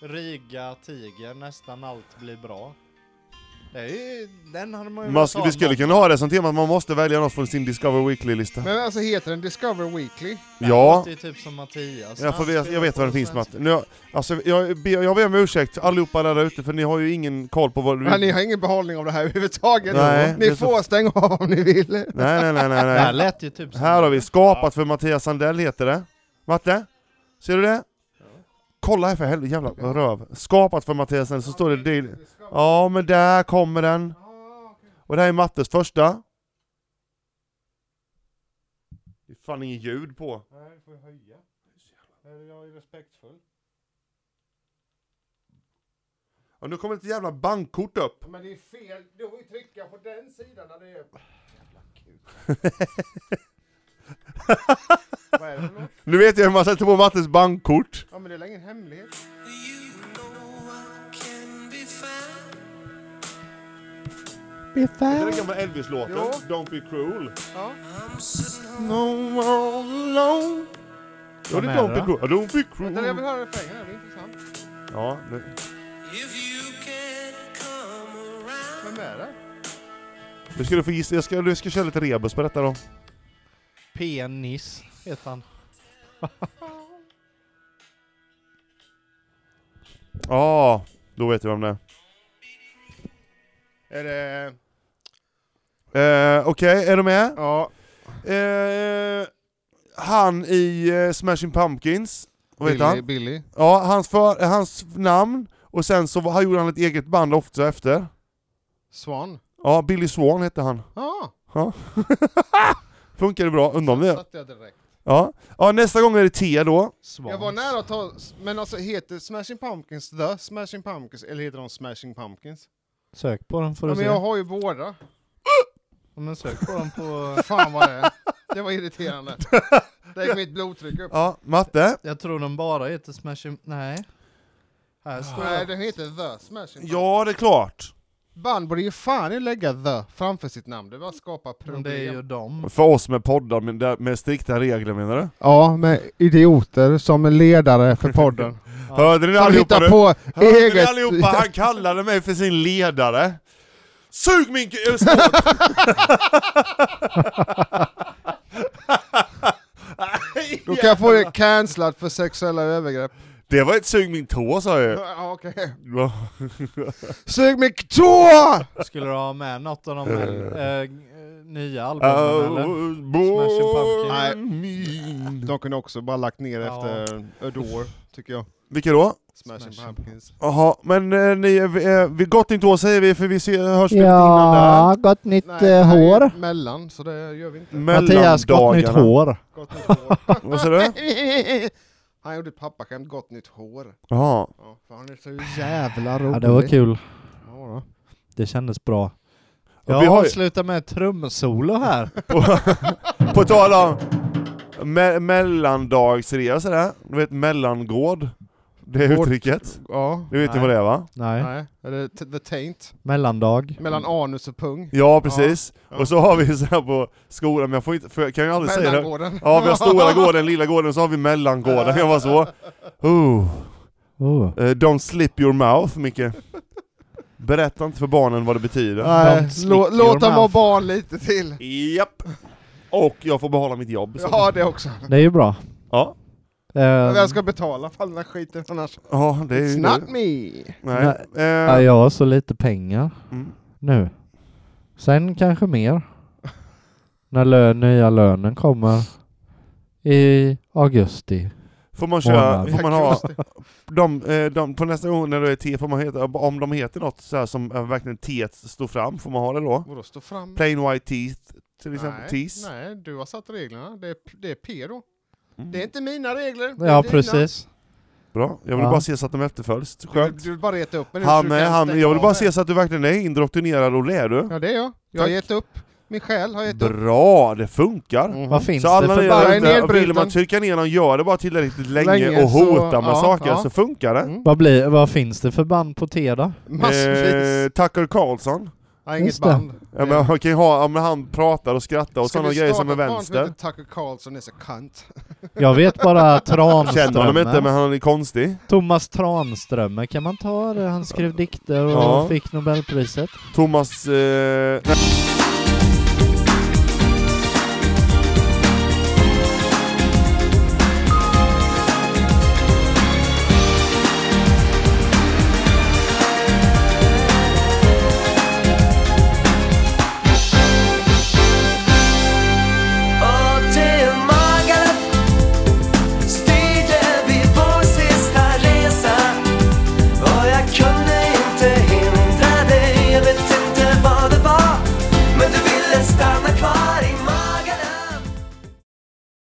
Speaker 2: Riga tiger, nästan allt blir bra. Det är ju, den hade man ju
Speaker 3: Man,
Speaker 2: velat
Speaker 3: sk-
Speaker 2: ha
Speaker 3: vi skulle
Speaker 2: någon-
Speaker 3: kunna ha det som tema, att man måste välja något från sin Discovery Weekly-lista.
Speaker 1: Men alltså heter den Discover Weekly?
Speaker 2: Det här
Speaker 3: Ja.
Speaker 2: låter ju typ som Mattias.
Speaker 3: Jag, får,
Speaker 2: Han
Speaker 3: jag,
Speaker 2: spelar
Speaker 3: jag vet
Speaker 2: på
Speaker 3: vad den finns Matt.
Speaker 2: svenska.
Speaker 3: Nu, jag- alltså, jag, ber- jag ber om ursäkt allihopa där ute för ni har ju ingen koll på vad du...
Speaker 1: Ja, ni har ingen behållning av det här överhuvudtaget.
Speaker 3: Nej, det är
Speaker 1: ni
Speaker 3: så-
Speaker 1: får stänga av om ni vill.
Speaker 3: Nej nej nej nej.
Speaker 2: Det här
Speaker 3: nej.
Speaker 2: lät ju typ som...
Speaker 3: Här har vi skapat för Mattias Sandell heter det. Matte? Ser du det? Kolla här för helvete, jävla röv. Skapat för Mattias Sandell, så står det deal. Ja men där kommer den. Och det här är Mattes första. Det är fan ingen ljud på.
Speaker 1: Nej, får jag höja? Jag är respektfull.
Speaker 3: Och nu kommer ett jävla bankkort upp.
Speaker 1: Men det är fel, du får ju trycka på den sidan när det är... Jävla kuk. Vad är det för något?
Speaker 3: Nu vet jag hur man sätter på Mattes bankkort.
Speaker 1: Ja men det är väl ingen hemlighet?
Speaker 3: Det är den gamla Elvis-låten,
Speaker 1: Ja.
Speaker 3: Don't Be Cruel.
Speaker 1: Ja.
Speaker 3: No more alone. Ja,
Speaker 2: Vad
Speaker 3: det är
Speaker 2: menar
Speaker 3: Don't Be
Speaker 2: du?
Speaker 3: Cruel. Ja, Don't Be
Speaker 1: Vänta, jag vill
Speaker 3: cruel.
Speaker 1: höra refrängen, det är intressant.
Speaker 3: Ja, det.
Speaker 1: Vem är det?
Speaker 3: Nu ska du få gissa. Jag ska, jag ska köra lite rebus på detta då.
Speaker 2: Penis heter han.
Speaker 3: Ja, då vet jag vem det
Speaker 1: Är det...
Speaker 3: är. Eh, Okej, är du med?
Speaker 1: Ja.
Speaker 3: Eh, han i eh, Smashing Pumpkins. Vad heter
Speaker 4: Billy,
Speaker 3: han?
Speaker 4: Billy.
Speaker 3: Ja, hans, för, hans namn. Och sen så var- han gjorde han ett eget band ofta efter.
Speaker 1: Swan?
Speaker 3: Ja, Billy Swan hette han.
Speaker 1: Ja,
Speaker 3: Ja. Funkar det bra? Undrar om det...
Speaker 1: satte jag direkt.
Speaker 3: Ja. ja, nästa gång är det T då.
Speaker 2: Svans.
Speaker 1: Jag var nära att ta... Men alltså heter Smashing Pumpkins The Smashing Pumpkins eller heter de Smashing Pumpkins?
Speaker 2: Sök på den får du
Speaker 1: Ja, men
Speaker 2: se.
Speaker 1: jag har ju båda.
Speaker 2: Ja, men sök på den på...
Speaker 1: Fan vad det är. Det var irriterande. Där gick mitt blodtryck upp.
Speaker 3: Ja, Matte.
Speaker 2: Jag tror den bara heter Smashing... Nej. Här står
Speaker 1: Ah, Nej,
Speaker 2: det.
Speaker 1: den heter The Smashing Pumpkins.
Speaker 3: Ja, det är klart.
Speaker 4: Band borde ju fan inte lägga the framför sitt namn, det bara skapar problem.
Speaker 2: Men det är ju dem.
Speaker 3: För oss med poddar med, med strikta regler menar du?
Speaker 4: Ja, med idioter som är ledare för podden.
Speaker 3: Hörde ni
Speaker 4: Som
Speaker 3: allihopa
Speaker 4: hittar
Speaker 3: nu?
Speaker 4: på
Speaker 3: Hörde ni
Speaker 4: eget...
Speaker 3: allihopa? Han kallade mig för sin ledare. Sug min k- stå-
Speaker 4: Då kan jag få det cancellat för sexuella övergrepp.
Speaker 3: Det var ett sug min tå sa jag
Speaker 4: Ja, okej.
Speaker 3: ju.
Speaker 4: Sug mig tå!
Speaker 2: Skulle du ha med något av de här, eh, g- nya albumen
Speaker 3: I
Speaker 2: eller?
Speaker 3: was
Speaker 2: Smashing Pumpkins.
Speaker 3: born
Speaker 4: Mm.
Speaker 3: mean.
Speaker 4: De kunde också bara lagt ner
Speaker 2: Ja.
Speaker 4: efter Adore, tycker jag.
Speaker 3: Vilka då?
Speaker 4: Smashing
Speaker 2: Smashing
Speaker 4: Pumpkins.
Speaker 3: Jaha, men eh, ni, eh, vi gott inte år säger vi för vi ser, hörs lite innan där.
Speaker 2: Ja, gott nytt
Speaker 4: Nej,
Speaker 2: eh,
Speaker 4: det här är ju
Speaker 2: hår.
Speaker 4: Mellan, så det gör vi inte.
Speaker 2: Mattias, gott nytt
Speaker 3: Mellandagarna.
Speaker 2: hår.
Speaker 4: Gott nytt hår.
Speaker 3: Vad säger du?
Speaker 4: Han gjorde ett pappaskämt, gott nytt hår.
Speaker 3: Jaha.
Speaker 4: Ja, för han är så jävla rolig.
Speaker 2: Ja, det var kul.
Speaker 4: Ja, då.
Speaker 2: Det kändes bra.
Speaker 3: Ja,
Speaker 2: Jag
Speaker 3: vi
Speaker 2: har
Speaker 3: har ju-
Speaker 2: avslutar med ett trumsolo här.
Speaker 3: På tal om me- mellandagsrea sådär, du vet mellangård. Det är
Speaker 4: Gård.
Speaker 3: uttrycket.
Speaker 4: Ja.
Speaker 3: Du vet ju
Speaker 2: Nej.
Speaker 3: vad det är va?
Speaker 2: Nej,
Speaker 4: Nej, är det t- the taint?
Speaker 2: mellandag.
Speaker 4: Mellan anus och pung?
Speaker 3: Ja precis.
Speaker 4: Ja.
Speaker 3: Och så har vi så här på skolan, men jag får inte, för jag kan ju aldrig säga det.
Speaker 4: Mellangården.
Speaker 3: Ja vi har stora gården, lilla gården, och så har vi mellangården. Jag var så. Oh.
Speaker 2: Oh.
Speaker 3: Eh, don't slip your mouth Micke. Berätta inte för barnen vad det betyder.
Speaker 4: Nej,
Speaker 2: Don't
Speaker 4: lå-
Speaker 2: slick your
Speaker 4: låt dem vara
Speaker 2: mouth.
Speaker 4: barn lite till.
Speaker 3: Japp. Och jag får behålla mitt jobb. Så.
Speaker 4: Ja, det också.
Speaker 2: Det är ju bra.
Speaker 3: Ja.
Speaker 2: Eh,
Speaker 4: Vem ska betala för all den här skiten annars?
Speaker 3: Ja, det är ju
Speaker 4: It's
Speaker 3: det.
Speaker 4: not me!
Speaker 3: Nej.
Speaker 2: ja,
Speaker 3: Eh,
Speaker 2: jag har så lite pengar
Speaker 3: mm.
Speaker 2: nu. Sen kanske mer. När lön, nya lönen kommer i augusti.
Speaker 3: Får man köra,
Speaker 2: Månad.
Speaker 3: får man ha, de, eh, de, på nästa gång när det är T får man heta, om de heter något så här som eh, verkligen T står fram, får man ha det då?
Speaker 4: Vadå stå fram?
Speaker 3: Plain white teeth till exempel, tees.
Speaker 4: nej, nej, du har satt reglerna. Det är, det är P då.
Speaker 3: Mm.
Speaker 4: Det är inte mina regler, det är
Speaker 2: Ja,
Speaker 4: dina.
Speaker 2: precis.
Speaker 3: Bra, jag vill
Speaker 2: Ja.
Speaker 3: bara se så att de efterföljs.
Speaker 4: Du,
Speaker 3: Skönt.
Speaker 4: du vill bara reta upp mig nu, så
Speaker 3: Han,
Speaker 4: du
Speaker 3: är-
Speaker 4: kan
Speaker 3: han,
Speaker 4: stänga
Speaker 3: jag vill
Speaker 4: av
Speaker 3: bara
Speaker 4: här.
Speaker 3: se så att du verkligen är indoktrinerad och lär du.
Speaker 4: Ja, det är jag. Jag har gett upp. Min själ har gett upp. Mhm.
Speaker 3: Bra, det
Speaker 4: Mm,
Speaker 3: funkar!
Speaker 2: Vad finns
Speaker 3: Så
Speaker 2: det
Speaker 3: alla
Speaker 2: för
Speaker 3: ni
Speaker 4: bara
Speaker 3: där
Speaker 4: en
Speaker 3: ute,
Speaker 4: nedbruten?
Speaker 3: vill man trycka ner någon, gör det bara tillräckligt länge,
Speaker 4: Länge,
Speaker 3: och
Speaker 4: så-
Speaker 3: hota med
Speaker 4: ja,
Speaker 3: saker,
Speaker 4: ja.
Speaker 3: så funkar det.
Speaker 4: Mm.
Speaker 2: Vad, blir, vad finns det för band på T då?
Speaker 4: Massvis.
Speaker 3: Eh, Tucker Carlson.
Speaker 4: Jag har inget
Speaker 2: just det.
Speaker 4: band.
Speaker 3: Ja, men han kan ju ha, ja, men han pratar och skrattar och
Speaker 4: Mm. Ska
Speaker 3: sådana
Speaker 4: vi
Speaker 3: grejer
Speaker 4: starta
Speaker 3: som är
Speaker 4: ett barn
Speaker 3: vänster.
Speaker 4: heter Tucker Carlson is a cunt.
Speaker 2: Jag vet bara
Speaker 3: Känner honom inte men
Speaker 2: Tranströmer.
Speaker 3: han är konstig.
Speaker 2: Thomas Tranströmer, kan man ta det? Han skrev dikter och
Speaker 3: Ja.
Speaker 2: fick Nobelpriset.
Speaker 3: Thomas... Eh, nej.